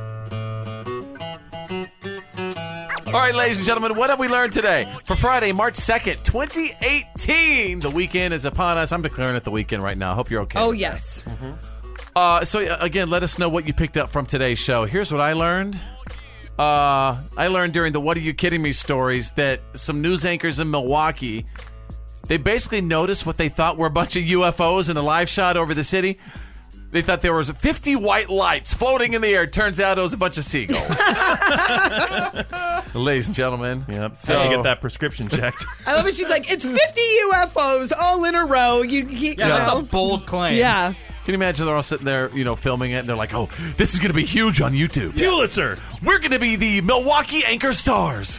All right, ladies and gentlemen, what have we learned today? For Friday, March 2nd, 2018, the weekend is upon us. I'm declaring it the weekend right now. I hope you're okay. Oh, yes. Uh, so, uh, again, let us know what you picked up from today's show. Here's what I learned. Uh, I learned during the What Are You Kidding Me stories that some news anchors in Milwaukee, they basically noticed what they thought were a bunch of UFOs in a live shot over the city. They thought there was 50 white lights floating in the air. Turns out it was a bunch of seagulls. Ladies and gentlemen. Yep. So you get that prescription checked. I love it. She's like, it's 50 UFOs all in a row. You, you you know. bold claim. Yeah. Can you imagine they're all sitting there, you know, filming it, and they're like, "Oh, this is going to be huge on YouTube. Pulitzer. We're going to be the Milwaukee anchor stars."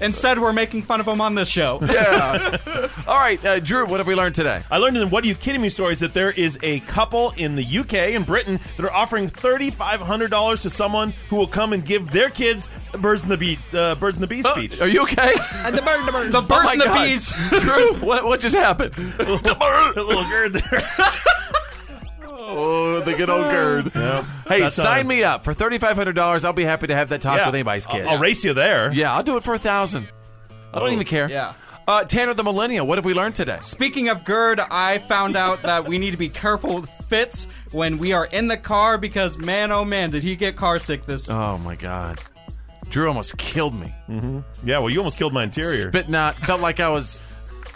Instead, we're making fun of them on this show. Yeah. all right, uh, Drew, what have we learned today? I learned in What Are You Kidding Me stories that there is a couple in the UK and Britain that are offering $3,500 to someone who will come and give their kids the Birds and the Bee, uh, Birds and the Bee speech. Are you okay? And the bird, the bird. The bird Oh my and the God. bees. Drew, what, what just happened? little gird there. oh, the good old gird. Hey, That's sign all. me up for thirty five hundred dollars. I'll be happy to have that talk Yeah. with anybody's kid. I'll race you there. Yeah, I'll do it for a thousand. I don't even care. Yeah. Uh, Tanner the Millennial, what have we learned today? Speaking of GERD, I found out that we need to be careful with fits when we are in the car because, man, oh man, did he get car sick this Oh my God, Drew almost killed me. Mm-hmm. Yeah, well, you almost killed my interior. Spitting out, felt like I was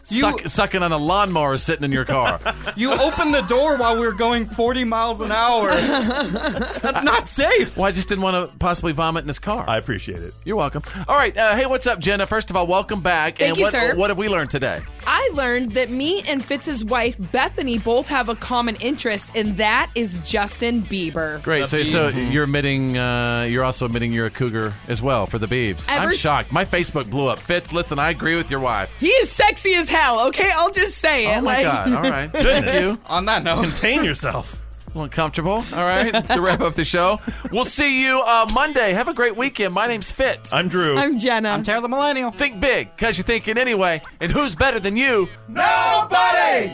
suck, sucking on a lawnmower sitting in your car. You opened the door while we were going 40 miles an hour. That's not safe. Well, I just didn't want to possibly vomit in his car. I appreciate it. You're welcome. All right, uh, hey, what's up, Jenna? First of all, welcome back. Thank and you, what, sir. What have we learned today? I learned that me and Fitz's wife, Bethany, both have a common interest, and that is Justin Bieber. Great. So, so you're admitting, uh, you're also admitting you're a cougar as well for the Beebs. I'm Ever- shocked. My Facebook blew up. Fitz, listen, I agree with your wife. He is sexy as hell, okay? I'll just say it. Oh my like, God. All right. Thank you. On that note, contain yourself. A little comfortable. All right. That's to wrap up the show. We'll see you uh, Monday. Have a great weekend. My name's Fitz. I'm Drew. I'm Jenna. I'm Taylor the Millennial. Think big, because you're thinking anyway. And who's better than you? Nobody.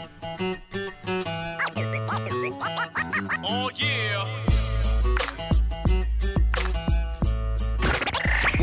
Oh yeah.